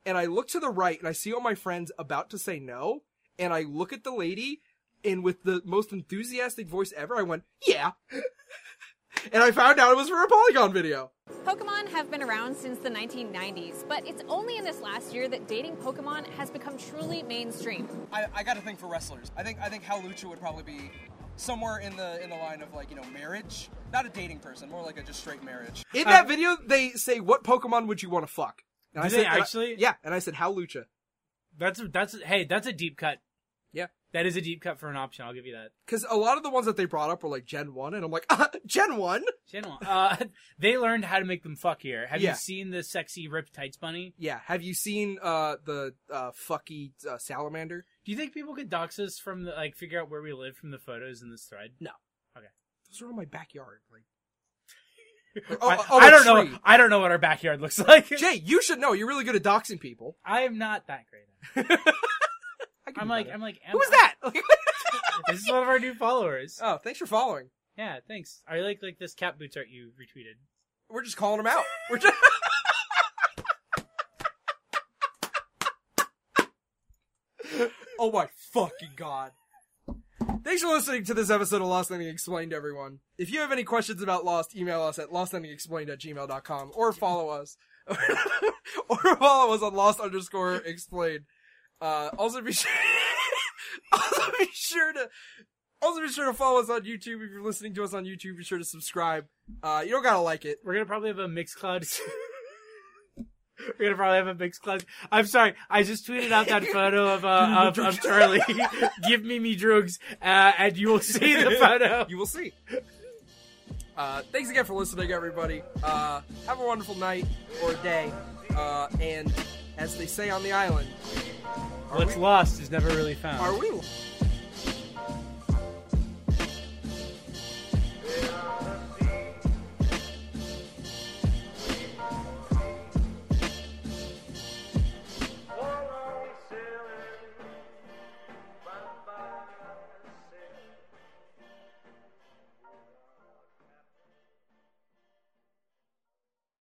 And I look to the right, and I see all my friends about to say no, and I look at the lady, and with the most enthusiastic voice ever, I went, "Yeah." and I found out it was for a Polygon video.
Pokemon have been around since the 1990s, but it's only in this last year that dating Pokemon has become truly mainstream.
I, I got a thing for wrestlers. I think I think Hal Lucha would probably be somewhere in the in the line of like you know marriage, not a dating person, more like a just straight marriage. In that video, they say what Pokemon would you want to fuck? And
Uh, Do they
and
actually?
yeah, and I said Hal Lucha
That's a, that's a, hey, that's a deep cut.
Yeah.
that is a deep cut for an option. I'll give you that.
because a lot of the ones that they brought up were like Gen One, and I'm like uh, Gen One.
Shenwan. Uh, they learned how to make them fuck here. Have
Yeah.
you seen the sexy ripped tights bunny?
Yeah, have you seen uh the uh fucky uh, salamander?
Do you think people could dox us from the like figure out where we live from the photos in this thread?
Those are all my backyard. Like, oh,
I, I don't know. I don't know what our backyard looks like.
Jay, you should know. You're really good at doxing people.
I am not that great. at
I
it.
can
I'm
do
like
better.
I'm like. am
Who was
I-
that?
This is one of our new followers.
oh, thanks for following.
Yeah, thanks. I like like this cat boots art you retweeted.
We're just calling him out. We're just. oh my fucking god. Thanks for listening to this episode of Lost Landing Explained, everyone. If you have any questions about Lost, email us at lostlandingexplained at gmail.com or follow us. or follow us on lost underscore explained. Uh, also be sure, also be sure to, also be sure to follow us on YouTube. If you're listening to us on YouTube, be sure to subscribe. Uh, you don't gotta like it.
We're gonna probably have a mixed cloud. We're gonna probably have a mixed cloud. I'm sorry, I just tweeted out that photo of uh, of, of Charlie. Give me me drugs, uh, and you will see the photo.
You will see. Uh, thanks again for listening, everybody. Uh, have a wonderful night or day. Uh, and as they say on the island,
What's lost is never really found.
are we?